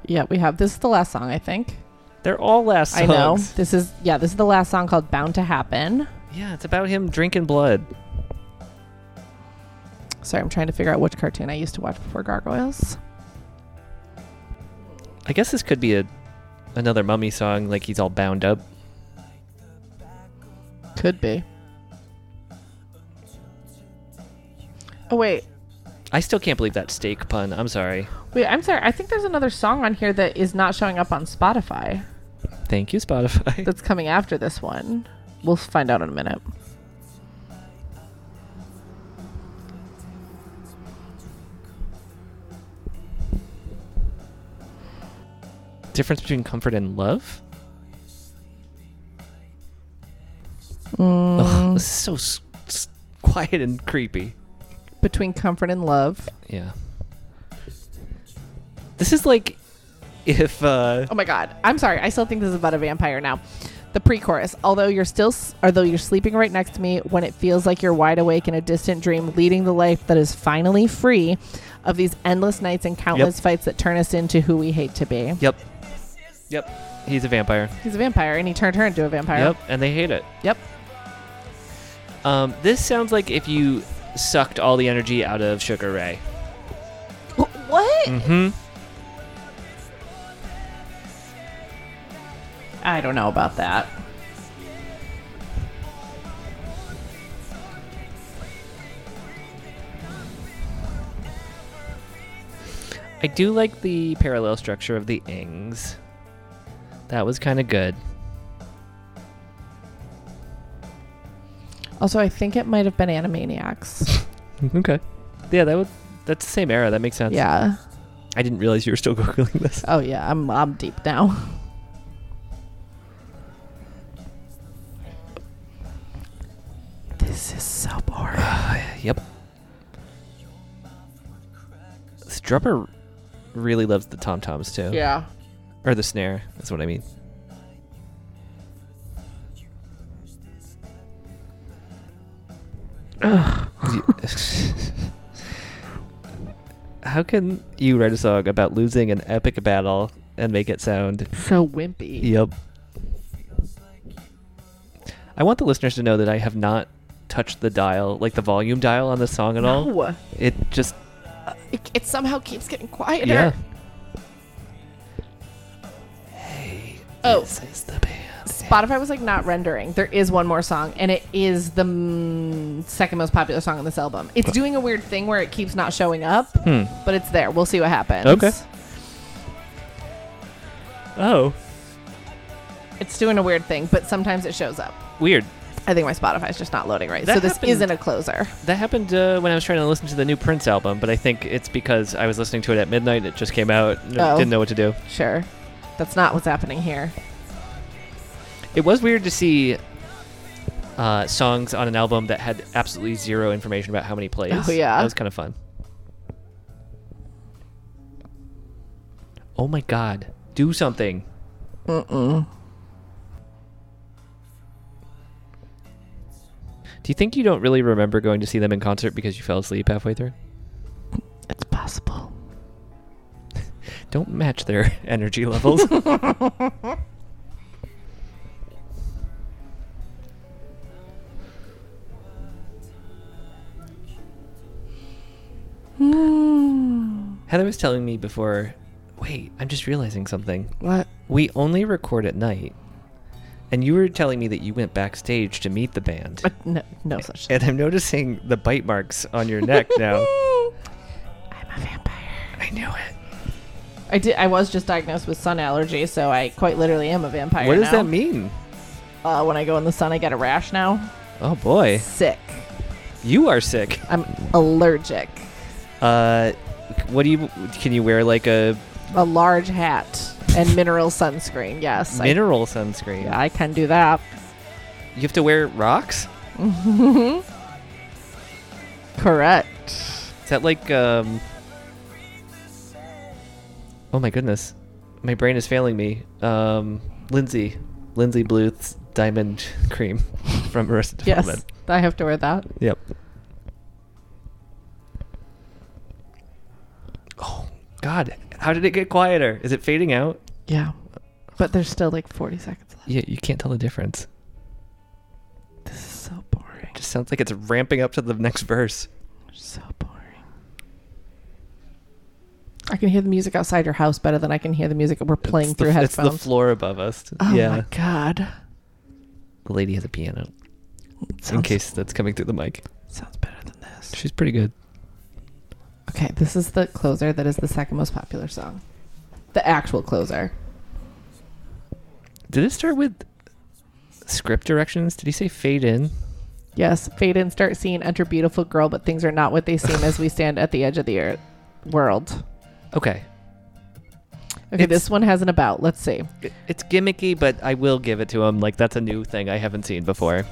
Speaker 2: Yeah, we have. This is the last song, I think.
Speaker 1: They're all last
Speaker 2: I
Speaker 1: songs.
Speaker 2: know. This is yeah, this is the last song called Bound to Happen.
Speaker 1: Yeah, it's about him drinking blood.
Speaker 2: Sorry, I'm trying to figure out which cartoon I used to watch before Gargoyles.
Speaker 1: I guess this could be a another mummy song, like he's all bound up.
Speaker 2: Could be. Oh wait.
Speaker 1: I still can't believe that steak pun. I'm sorry.
Speaker 2: Wait, I'm sorry. I think there's another song on here that is not showing up on Spotify
Speaker 1: Thank you, Spotify.
Speaker 2: that's coming after this one. We'll find out in a minute.
Speaker 1: Difference between comfort and love. Ugh, this is so s- s- quiet and creepy.
Speaker 2: Between comfort and love.
Speaker 1: Yeah. This is like if uh
Speaker 2: Oh my god. I'm sorry. I still think this is about a vampire now. The pre-chorus. Although you're still s- although you're sleeping right next to me when it feels like you're wide awake in a distant dream leading the life that is finally free of these endless nights and countless fights that turn us into who we hate to be.
Speaker 1: yep. Yep. He's a vampire.
Speaker 2: He's a vampire and he turned her into a vampire.
Speaker 1: Yep, and they hate it.
Speaker 2: Yep.
Speaker 1: Um this sounds like if you sucked all the energy out of Sugar Ray.
Speaker 2: Wh- What?
Speaker 1: Mhm.
Speaker 2: I don't know about that.
Speaker 1: I do like the parallel structure of the ings. That was kind of good.
Speaker 2: Also, I think it might have been Animaniacs.
Speaker 1: Okay. Yeah, that would. That's the same era. That makes sense.
Speaker 2: yeah.
Speaker 1: I didn't realize you were still googling this.
Speaker 2: Oh yeah, I'm I'm deep now. This is so boring.
Speaker 1: yep. Strupper really loves the tom toms too.
Speaker 2: Yeah.
Speaker 1: Or the snare. That's what I mean. How can you write a song about losing an epic battle and make it sound
Speaker 2: So wimpy.
Speaker 1: Yep. I want the listeners to know that I have not touched the dial, like the volume dial on the song at all.
Speaker 2: No.
Speaker 1: It just
Speaker 2: It, it somehow keeps getting quieter.
Speaker 1: yeah.
Speaker 2: Oh.
Speaker 1: This is the band.
Speaker 2: Spotify was like not rendering. There is one more song, and it is the mm, second most popular song on this album. It's doing a weird thing where it keeps not showing up, but it's there. We'll see what happens.
Speaker 1: Hmm. Okay. Oh,
Speaker 2: It's doing a weird thing, but sometimes it shows up.
Speaker 1: weird.
Speaker 2: I think my Spotify's just not loading right.
Speaker 1: That
Speaker 2: so this
Speaker 1: happened-
Speaker 2: isn't a closer.
Speaker 1: That happened uh, when I was trying to listen to the new Prince album, but I think it's because I was listening to it at midnight. It just came out. and I
Speaker 2: Oh.
Speaker 1: Didn't know what to do.
Speaker 2: Sure. That's not what's happening here.
Speaker 1: It was weird to see uh, songs on an album that had absolutely zero information about how many plays.
Speaker 2: Oh, yeah.
Speaker 1: that was kind of fun. Oh my god, do something! Mm mm. Do you think you don't really remember going to see them in concert because you fell asleep halfway through?
Speaker 2: It's possible.
Speaker 1: Don't match their energy levels. Heather was telling me before. Wait, I'm just realizing something.
Speaker 2: What?
Speaker 1: We only record at night, and you were telling me that you went backstage to meet the band.
Speaker 2: No, no such thing.
Speaker 1: And I'm noticing the bite marks on your neck now.
Speaker 2: I'm a vampire.
Speaker 1: I knew it.
Speaker 2: I did. I was just diagnosed with sun allergy, so I quite literally am a vampire.
Speaker 1: What does
Speaker 2: now.
Speaker 1: that mean?
Speaker 2: Uh, when I go in the sun, I get a rash now.
Speaker 1: Oh boy,
Speaker 2: Sick.
Speaker 1: you are sick.
Speaker 2: I'm allergic.
Speaker 1: Uh, what do you? Can you wear like a
Speaker 2: A large hat and mineral sunscreen. Yes, I-
Speaker 1: mineral sunscreen?
Speaker 2: yeah, I can do that.
Speaker 1: You have to wear rocks.
Speaker 2: Correct.
Speaker 1: Is that like um? Oh my goodness, my brain is failing me. Um, Lindsay, Lindsay Bluth's diamond cream from Arrested
Speaker 2: Yes,
Speaker 1: Development.
Speaker 2: I have to wear that.
Speaker 1: Yep. Oh God, how did it get quieter? Is it fading out?
Speaker 2: Yeah, but there's still like 40 seconds left.
Speaker 1: Yeah, you can't tell the difference.
Speaker 2: This is so boring.
Speaker 1: Just sounds like it's ramping up to the next verse.
Speaker 2: So boring. I can hear the music outside your house better than I can hear the music we're playing
Speaker 1: it's
Speaker 2: through
Speaker 1: the,
Speaker 2: headphones.
Speaker 1: It's the floor above us.
Speaker 2: Oh
Speaker 1: yeah,
Speaker 2: my god.
Speaker 1: the lady has a piano. in
Speaker 2: Sounds-
Speaker 1: case that's coming through the mic,
Speaker 2: sounds better than this.
Speaker 1: she's pretty good.
Speaker 2: Okay, this is the closer that is the second most popular song. The actual closer.
Speaker 1: Did it start with script directions? Did he say fade in?
Speaker 2: Yes, fade in, start seeing, enter beautiful girl, but things are not what they seem as we stand at the edge of the earth world.
Speaker 1: Okay.
Speaker 2: Okay,
Speaker 1: It's-
Speaker 2: this one has an about. Let's see.
Speaker 1: It- It's gimmicky, but I will give it to him. Like, that's a new thing I haven't seen before.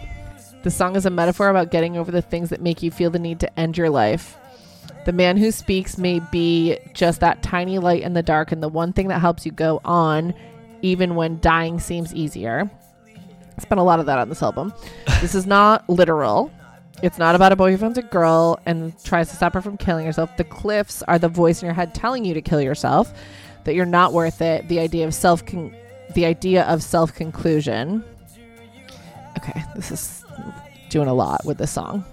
Speaker 2: The song is a metaphor about getting over the things that make you feel the need to end your life. The man who speaks may be just that tiny light in the dark and the one thing that helps you go on, even when dying seems easier. I spent a lot of that on this album. this is not literal. It's not about a boy who finds a girl and tries to stop her from killing herself. The cliffs are the voice in your head telling you to kill yourself, that you're not worth it. The idea of self, con- the idea of self conclusion. Okay, this is doing a lot with this song.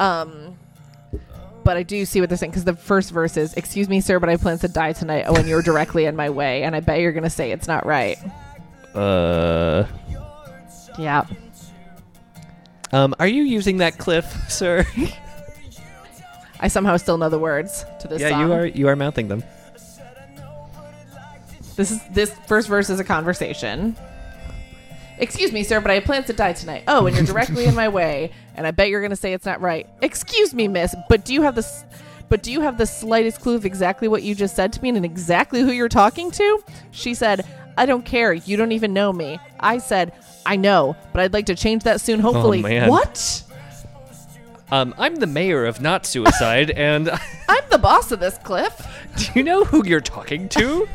Speaker 2: Um, but I do see what they're saying because the first verse is, "Excuse me, sir, but I plans to die tonight. Oh, and you're directly in my way, and I bet you're gonna say it's not right."
Speaker 1: Uh.
Speaker 2: Yeah.
Speaker 1: Um, are you using that cliff, sir?
Speaker 2: I somehow still know the words to this
Speaker 1: yeah,
Speaker 2: song.
Speaker 1: you are. You are mouthing them.
Speaker 2: This is this first verse is a conversation. Excuse me, sir, but I have plans to die tonight. Oh, and you're directly in my way, and I bet you're going to say it's not right. Excuse me, miss, but do you have this? But do you have the slightest clue of exactly what you just said to me and exactly who you're talking to? She said, "I don't care. You don't even know me." I said, "I know, but I'd like to change that soon. Hopefully."
Speaker 1: man.
Speaker 2: What?
Speaker 1: Um, I'm the mayor of not suicide, and
Speaker 2: I'm the boss of this cliff.
Speaker 1: do you know who you're talking to?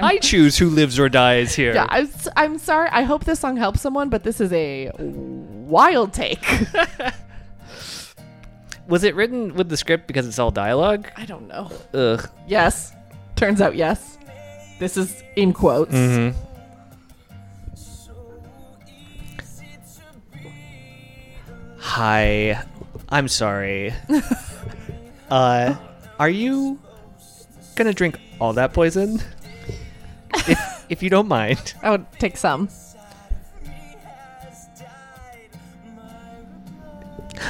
Speaker 1: I choose who lives or dies here.
Speaker 2: Yeah, I'm, s- I'm sorry. I hope this song helps someone, but this is a wild take.
Speaker 1: Was it written with the script because it's all dialogue?
Speaker 2: I don't know.
Speaker 1: Ugh.
Speaker 2: Yes. Turns out yes. This is in quotes.
Speaker 1: Mm-hmm. Hi. I'm sorry. uh, are you gonna drink all that poison? If, if you don't mind.
Speaker 2: I would take some.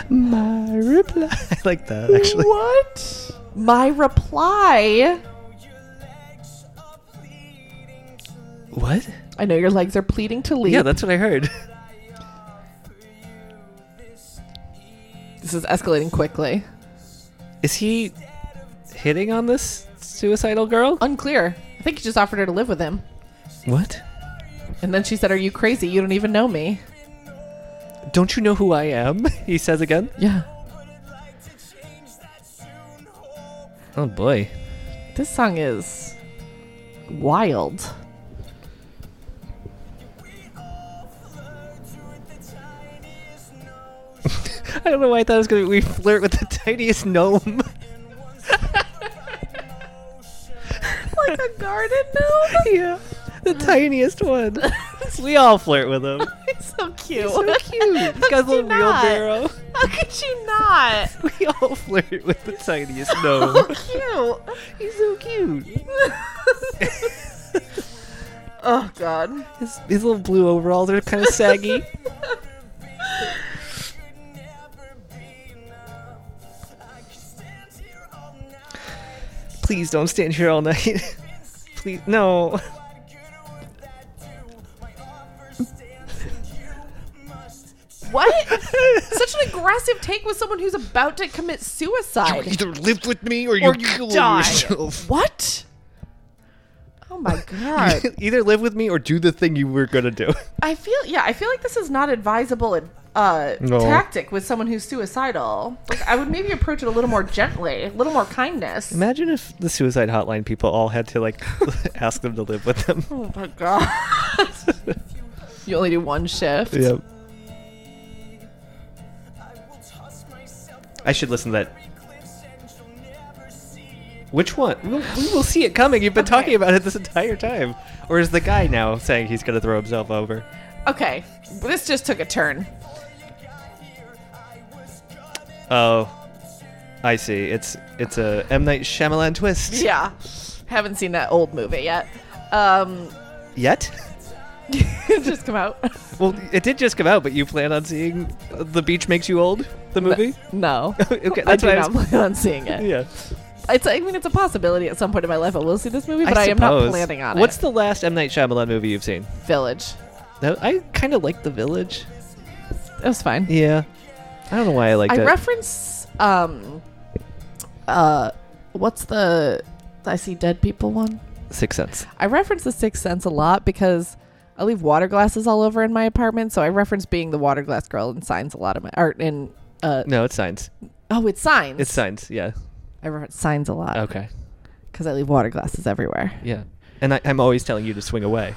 Speaker 1: My reply. I like that actually.
Speaker 2: What? My reply.
Speaker 1: What?
Speaker 2: I know your legs are pleading to leave.
Speaker 1: Yeah, that's what I heard.
Speaker 2: this is escalating quickly.
Speaker 1: Is he hitting on this suicidal girl?
Speaker 2: Unclear. I think he just offered her to live with him.
Speaker 1: What?
Speaker 2: And then she said, Are you crazy? You don't even know me.
Speaker 1: Don't you know who I am? He says again.
Speaker 2: Yeah.
Speaker 1: Oh boy.
Speaker 2: This song is wild.
Speaker 3: We all flow through the tiny
Speaker 1: I don't know why I thought it was gonna. We flirt with the tiniest gnome.
Speaker 2: like a garden gnome.
Speaker 1: yeah, the tiniest one. we all flirt with him.
Speaker 2: He's so cute.
Speaker 1: cute. He's got a little
Speaker 2: not?
Speaker 1: wheelbarrow.
Speaker 2: How could you not?
Speaker 1: We all flirt with the tiniest gnome.
Speaker 2: cute.
Speaker 1: He's so cute.
Speaker 2: oh god.
Speaker 1: His, his little blue overalls are kind of saggy. Please don't stand here all night. Please, no.
Speaker 2: What? Such an aggressive take with someone who's about to commit suicide.
Speaker 1: live with me or
Speaker 2: Or you die. What? Oh my god.
Speaker 1: Either live with me or do the thing you were gonna do.
Speaker 2: I feel yeah, I feel like this is not advisable uh,
Speaker 1: No.
Speaker 2: tactic with someone who's suicidal. Like, I would maybe approach it a little more gently, a little more kindness.
Speaker 1: Imagine if the suicide hotline people all had to like ask them to live with them.
Speaker 2: Oh my god. you only do one shift.
Speaker 1: Yep. I should listen to that. Which one? We'll, we will see it coming. You've been talking about it this entire time. Or is the guy now saying he's going to throw himself over?
Speaker 2: Okay. This just took a turn.
Speaker 1: Oh, I see. It's it's a M Night Shyamalan twist.
Speaker 2: Yeah. Haven't seen that old movie yet. Um
Speaker 1: Yet?
Speaker 2: it just come out.
Speaker 1: Well, it did just come out, but you plan on seeing The Beach Makes You Old, the movie?
Speaker 2: No.
Speaker 1: okay,
Speaker 2: I
Speaker 1: that's
Speaker 2: do
Speaker 1: what I
Speaker 2: not
Speaker 1: was.
Speaker 2: plan on seeing it.
Speaker 1: Yeah.
Speaker 2: It's I mean it's a possibility at some point in my life I will see this movie, but I, am not
Speaker 1: suppose.
Speaker 2: planning on
Speaker 1: What's
Speaker 2: it.
Speaker 1: the last M Night Shyamalan movie you've seen?
Speaker 2: What's Village?
Speaker 1: That- I kind of liked The Village.
Speaker 2: It was fine.
Speaker 1: Yeah. I don't know why I liked
Speaker 2: I
Speaker 1: it.
Speaker 2: reference um uh what's the I see dead people one?
Speaker 1: Sixth Sense.
Speaker 2: I reference the sixth sense a lot because I leave water glasses all over in my apartment, so I reference being the water glass girl in signs a lot of my art in uh
Speaker 1: No, it's Signs.
Speaker 2: oh it's signs.
Speaker 1: It's Signs, yeah.
Speaker 2: I reference signs a lot.
Speaker 1: Okay.
Speaker 2: because I leave water glasses everywhere.
Speaker 1: Yeah. And I, I'm always telling you to swing away.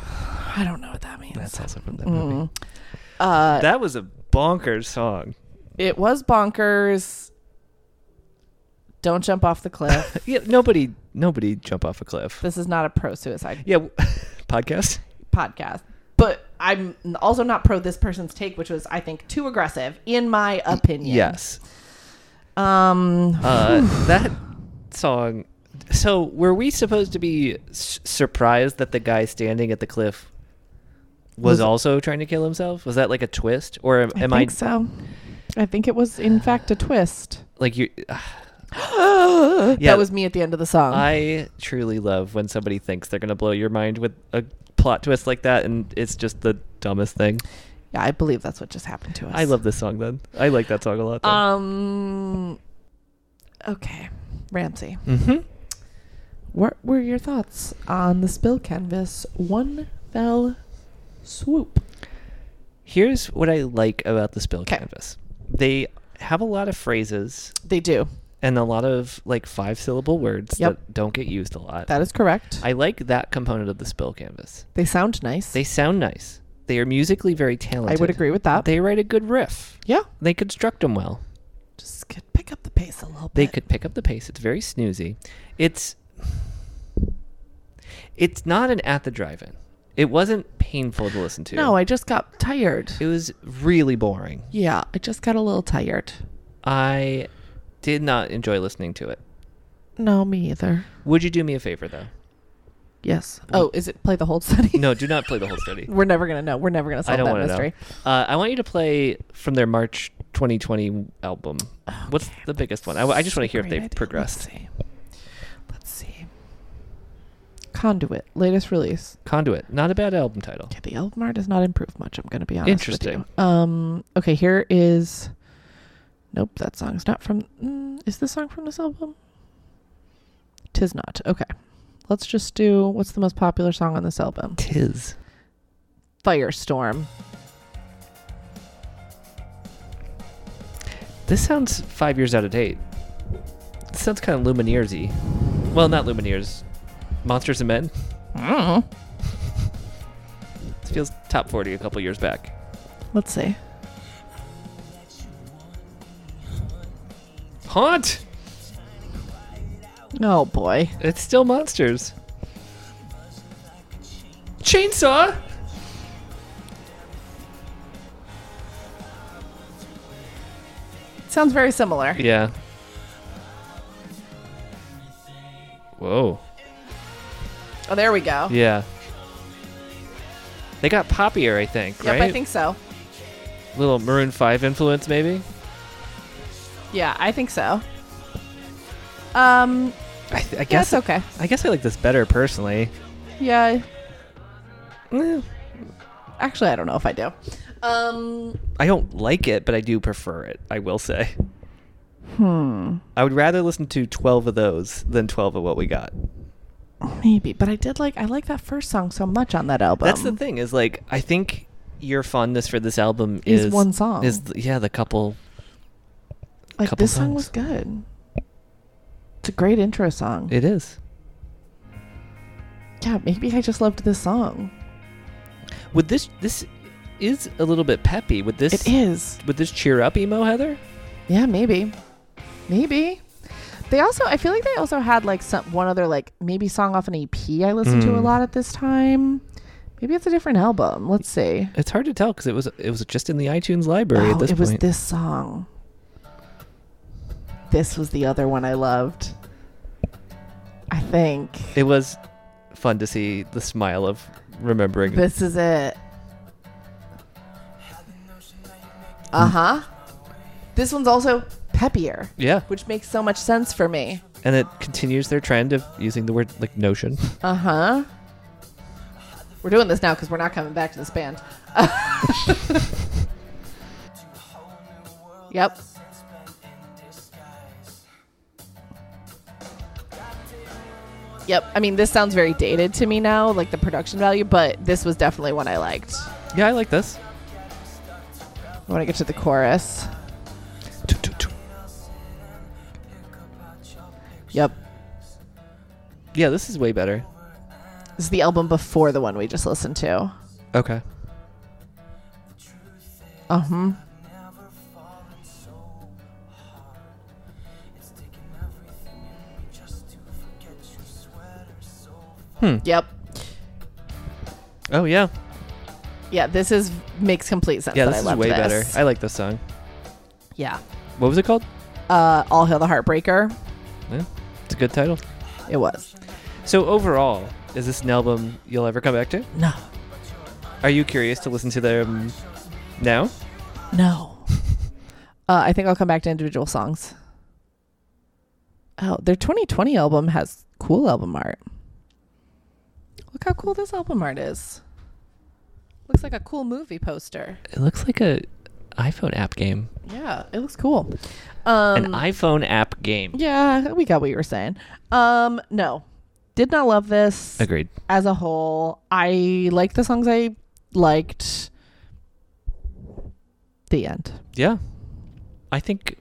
Speaker 2: I don't know what that means.
Speaker 1: That's also from that movie.
Speaker 2: Mm-hmm. uh,
Speaker 1: That was a bonkers song.
Speaker 2: it was bonkers. Don't jump off the cliff.
Speaker 1: Yeah, nobody nobody jump off a cliff.
Speaker 2: this is not a pro suicide
Speaker 1: Yeah, w- podcast?
Speaker 2: podcast, but I'm also not pro this person's take, which was I think too aggressive, in my opinion.
Speaker 1: Yes.
Speaker 2: Um.
Speaker 1: Uh, that song. So, were we supposed to be s- surprised that the guy standing at the cliff was,
Speaker 2: Was-
Speaker 1: also trying to kill himself? Was that like a twist, or am
Speaker 2: I
Speaker 1: I, am
Speaker 2: think
Speaker 1: I
Speaker 2: so. I think it was in fact a twist.
Speaker 1: like you? Yeah.
Speaker 2: that was me at the end of the song.
Speaker 1: I truly love when somebody thinks they're gonna blow your mind with a plot twist like that, and it's just the dumbest thing.
Speaker 2: yeah, I believe that's what just happened to us.
Speaker 1: I love this song. Then I like that song a lot. Though.
Speaker 2: Um. Okay, Ramsey.
Speaker 1: hmm
Speaker 2: What were your thoughts on the spill canvas? One fell swoop.
Speaker 1: Here's what I like about the Spill
Speaker 2: 'Kay.
Speaker 1: Canvas. They have a lot of phrases
Speaker 2: They do.
Speaker 1: and a lot of like five syllable words
Speaker 2: Yep.
Speaker 1: that don't get used a lot.
Speaker 2: That is correct.
Speaker 1: I like that component of the spill canvas.
Speaker 2: they sound nice.
Speaker 1: They sound nice. They are musically very
Speaker 2: I
Speaker 1: talented.
Speaker 2: would agree with that.
Speaker 1: They write a good riff.
Speaker 2: yeah.
Speaker 1: They construct them well.
Speaker 2: Just could pick up the pace a little
Speaker 1: They
Speaker 2: bit.
Speaker 1: could pick up the pace. It's very snoozy. It's It's not an at the drive-in. It wasn't painful to listen to.
Speaker 2: No, I just got tired.
Speaker 1: it was really boring.
Speaker 2: Yeah, I just got a little tired.
Speaker 1: I did not enjoy listening to it.
Speaker 2: No, me either.
Speaker 1: Would you do me a favor though?
Speaker 2: Yes. Oh, is it play the whole study?
Speaker 1: No, do not play the whole study.
Speaker 2: We're never gonna know. We're never gonna solve
Speaker 1: I don't
Speaker 2: that
Speaker 1: want to
Speaker 2: mystery.
Speaker 1: know. Uh, I want you to play from their March 2020 album. What's the biggest one? I, I just want to hear if
Speaker 2: Great
Speaker 1: they've
Speaker 2: idea.
Speaker 1: progressed.
Speaker 2: Let's see. Let's see. Conduit, latest release.
Speaker 1: Conduit, not a bad album title.
Speaker 2: Yeah, the album art does not improve much. I'm going to be honest.
Speaker 1: Interesting.
Speaker 2: With you. Um. Okay. Here is. Nope. That song's not from. Mm, is this song from this album? Tis not. Okay. Let's just do what's the most popular song on this album?
Speaker 1: Tis.
Speaker 2: Firestorm.
Speaker 1: This sounds five years out of date. This sounds kind of Lumineers-y. Well, not Lumineers. Monsters and Men.
Speaker 2: Mm.
Speaker 1: Mm-hmm. This feels top 40 a couple years back.
Speaker 2: Let's see.
Speaker 1: Haunt.
Speaker 2: Oh boy.
Speaker 1: It's still monsters. Chainsaw.
Speaker 2: Sounds very similar.
Speaker 1: Yeah. Whoa.
Speaker 2: Oh, there we go.
Speaker 1: Yeah. They got poppier, I think,
Speaker 2: Yep,
Speaker 1: right?
Speaker 2: I think so.
Speaker 1: Little Maroon 5 influence, maybe?
Speaker 2: Yeah, I think so. Um,
Speaker 1: I, th- I
Speaker 2: yeah, it's
Speaker 1: guess
Speaker 2: okay.
Speaker 1: I guess I like this better personally.
Speaker 2: Yeah, Mm.
Speaker 1: Eh,
Speaker 2: actually, I don't know if I do. Um,
Speaker 1: I don't like it, but I do prefer it, I will say. Hmm.
Speaker 2: Hmm.
Speaker 1: I would rather listen to 12 of those than 12 of what we got.
Speaker 2: maybe, but I did like I like that first song so much on that album.
Speaker 1: That's the thing is like I think your fondness for this album
Speaker 2: Is
Speaker 1: is,
Speaker 2: one song.
Speaker 1: Is th- yeah, the couple
Speaker 2: Like
Speaker 1: couple
Speaker 2: this song was
Speaker 1: songs.
Speaker 2: good. It's a great intro song.
Speaker 1: it is.
Speaker 2: yeah, maybe I just loved this song.
Speaker 1: Would this this is a little bit peppy. Would this
Speaker 2: It is.
Speaker 1: would this cheer up emo Heather?
Speaker 2: Yeah, maybe. Maybe. They also I feel like they also had like some one other like maybe song off an EP I listened to a
Speaker 1: Mm.
Speaker 2: lot at this time. Maybe it's a different album. Let's see.
Speaker 1: It's hard to tell because it was it was just in the iTunes library
Speaker 2: Oh,
Speaker 1: at this
Speaker 2: it was
Speaker 1: point.
Speaker 2: this song. This was the other one I loved. I think
Speaker 1: it was fun to see the smile of remembering.
Speaker 2: this is it. Uh huh. This one's also peppier,
Speaker 1: yeah,
Speaker 2: which makes so much sense for me.
Speaker 1: and it continues their trend of using the word like notion.
Speaker 2: Uh huh. We're doing this now because we're not coming back to this band. yep. Yep. I mean, this sounds very dated to me now, like the production value, but this was definitely one I liked.
Speaker 1: yeah, I like this.
Speaker 2: When I get to the chorus. Yep.
Speaker 1: Yeah, this is way better.
Speaker 2: This is the album before the one we just listened to.
Speaker 1: Okay.
Speaker 2: Uh
Speaker 1: Uh-huh.
Speaker 2: huh.
Speaker 1: Hmm.
Speaker 2: Yep.
Speaker 1: Oh yeah.
Speaker 2: Yeah, this is makes complete sense.
Speaker 1: Yeah,
Speaker 2: that
Speaker 1: this
Speaker 2: I
Speaker 1: is
Speaker 2: loved
Speaker 1: way
Speaker 2: this.
Speaker 1: better. I like this song.
Speaker 2: yeah.
Speaker 1: What was it called?
Speaker 2: Uh, All Hail the Heartbreaker.
Speaker 1: Yeah, it's a good title.
Speaker 2: It was.
Speaker 1: So overall, is this an album you'll ever come back to?
Speaker 2: No.
Speaker 1: Are you curious to listen to them now?
Speaker 2: No. uh, I think I'll come back to individual songs. Oh, their 2020 album has cool album art. Look how cool this album art is. Looks like a cool movie poster.
Speaker 1: It looks like a iPhone app game.
Speaker 2: Yeah, it looks cool. Um,
Speaker 1: An iPhone app game.
Speaker 2: yeah, we got what you were saying. Um, no, did not love this.
Speaker 1: Agreed.
Speaker 2: as a whole, I liked the songs I liked. The end.
Speaker 1: Yeah. I think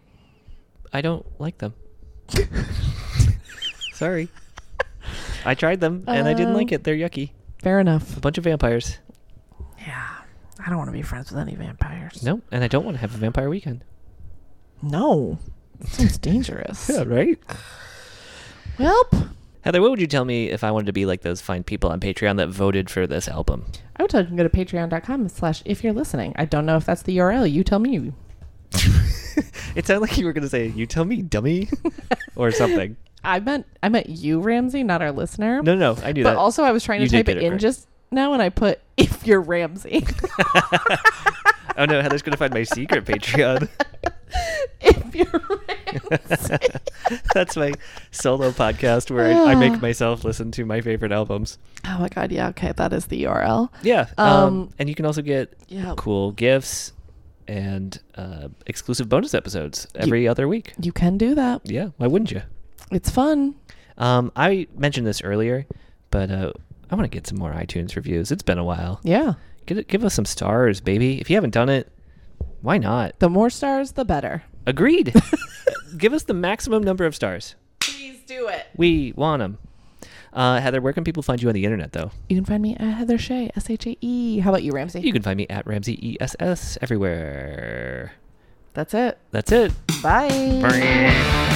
Speaker 1: I don't like them. Sorry. I tried them and I didn't
Speaker 2: Um,
Speaker 1: like it. They're yucky.
Speaker 2: Fair enough.
Speaker 1: A bunch of vampires.
Speaker 2: Yeah. I don't want to be friends with any vampires.
Speaker 1: No, and I don't want to have a vampire weekend.
Speaker 2: No. Sounds dangerous.
Speaker 1: right?
Speaker 2: Welp.
Speaker 1: Heather, what would you tell me if I wanted to be like those fine people on Patreon that voted for this album?
Speaker 2: I would tell you to go to patreon.com slash if you're listening. I don't know if that's the URL. You tell me.
Speaker 1: It sounded like you were going to say, "You tell me, dummy," or something.
Speaker 2: I meant I meant you, Ramsey, not our listener.
Speaker 1: No, no, I knew
Speaker 2: but
Speaker 1: that.
Speaker 2: also I was trying to
Speaker 1: You did
Speaker 2: type
Speaker 1: get
Speaker 2: it
Speaker 1: it
Speaker 2: in
Speaker 1: correct.
Speaker 2: just now and I put if you're Ramsey.
Speaker 1: oh no, Heather's going to find my secret Patreon.
Speaker 2: if you're Ramsey.
Speaker 1: That's my solo podcast where I, I make myself listen to my favorite albums.
Speaker 2: Oh my god, yeah, okay, that is the URL.
Speaker 1: Yeah, um,
Speaker 2: Um,
Speaker 1: and you can also get
Speaker 2: Yeah.
Speaker 1: cool gifts and uh, exclusive bonus episodes every other week.
Speaker 2: You can do that.
Speaker 1: Yeah, why wouldn't you?
Speaker 2: It's fun.
Speaker 1: Um, I mentioned this earlier, but uh, I want to get some more iTunes reviews. It's been a while.
Speaker 2: Yeah.
Speaker 1: Get it, give us some stars, baby. If you haven't done it, why not?
Speaker 2: The more stars, the better.
Speaker 1: Agreed. give us the maximum number of stars.
Speaker 2: Please do it.
Speaker 1: We want them. Uh, Heather, where can people find you on the internet, though?
Speaker 2: You can find me at Heather Shea, S H A E. How about you, Ramsey?
Speaker 1: You can find me at Ramsey ESS everywhere. That's it.
Speaker 2: That's it.
Speaker 1: Bye.
Speaker 2: Bye.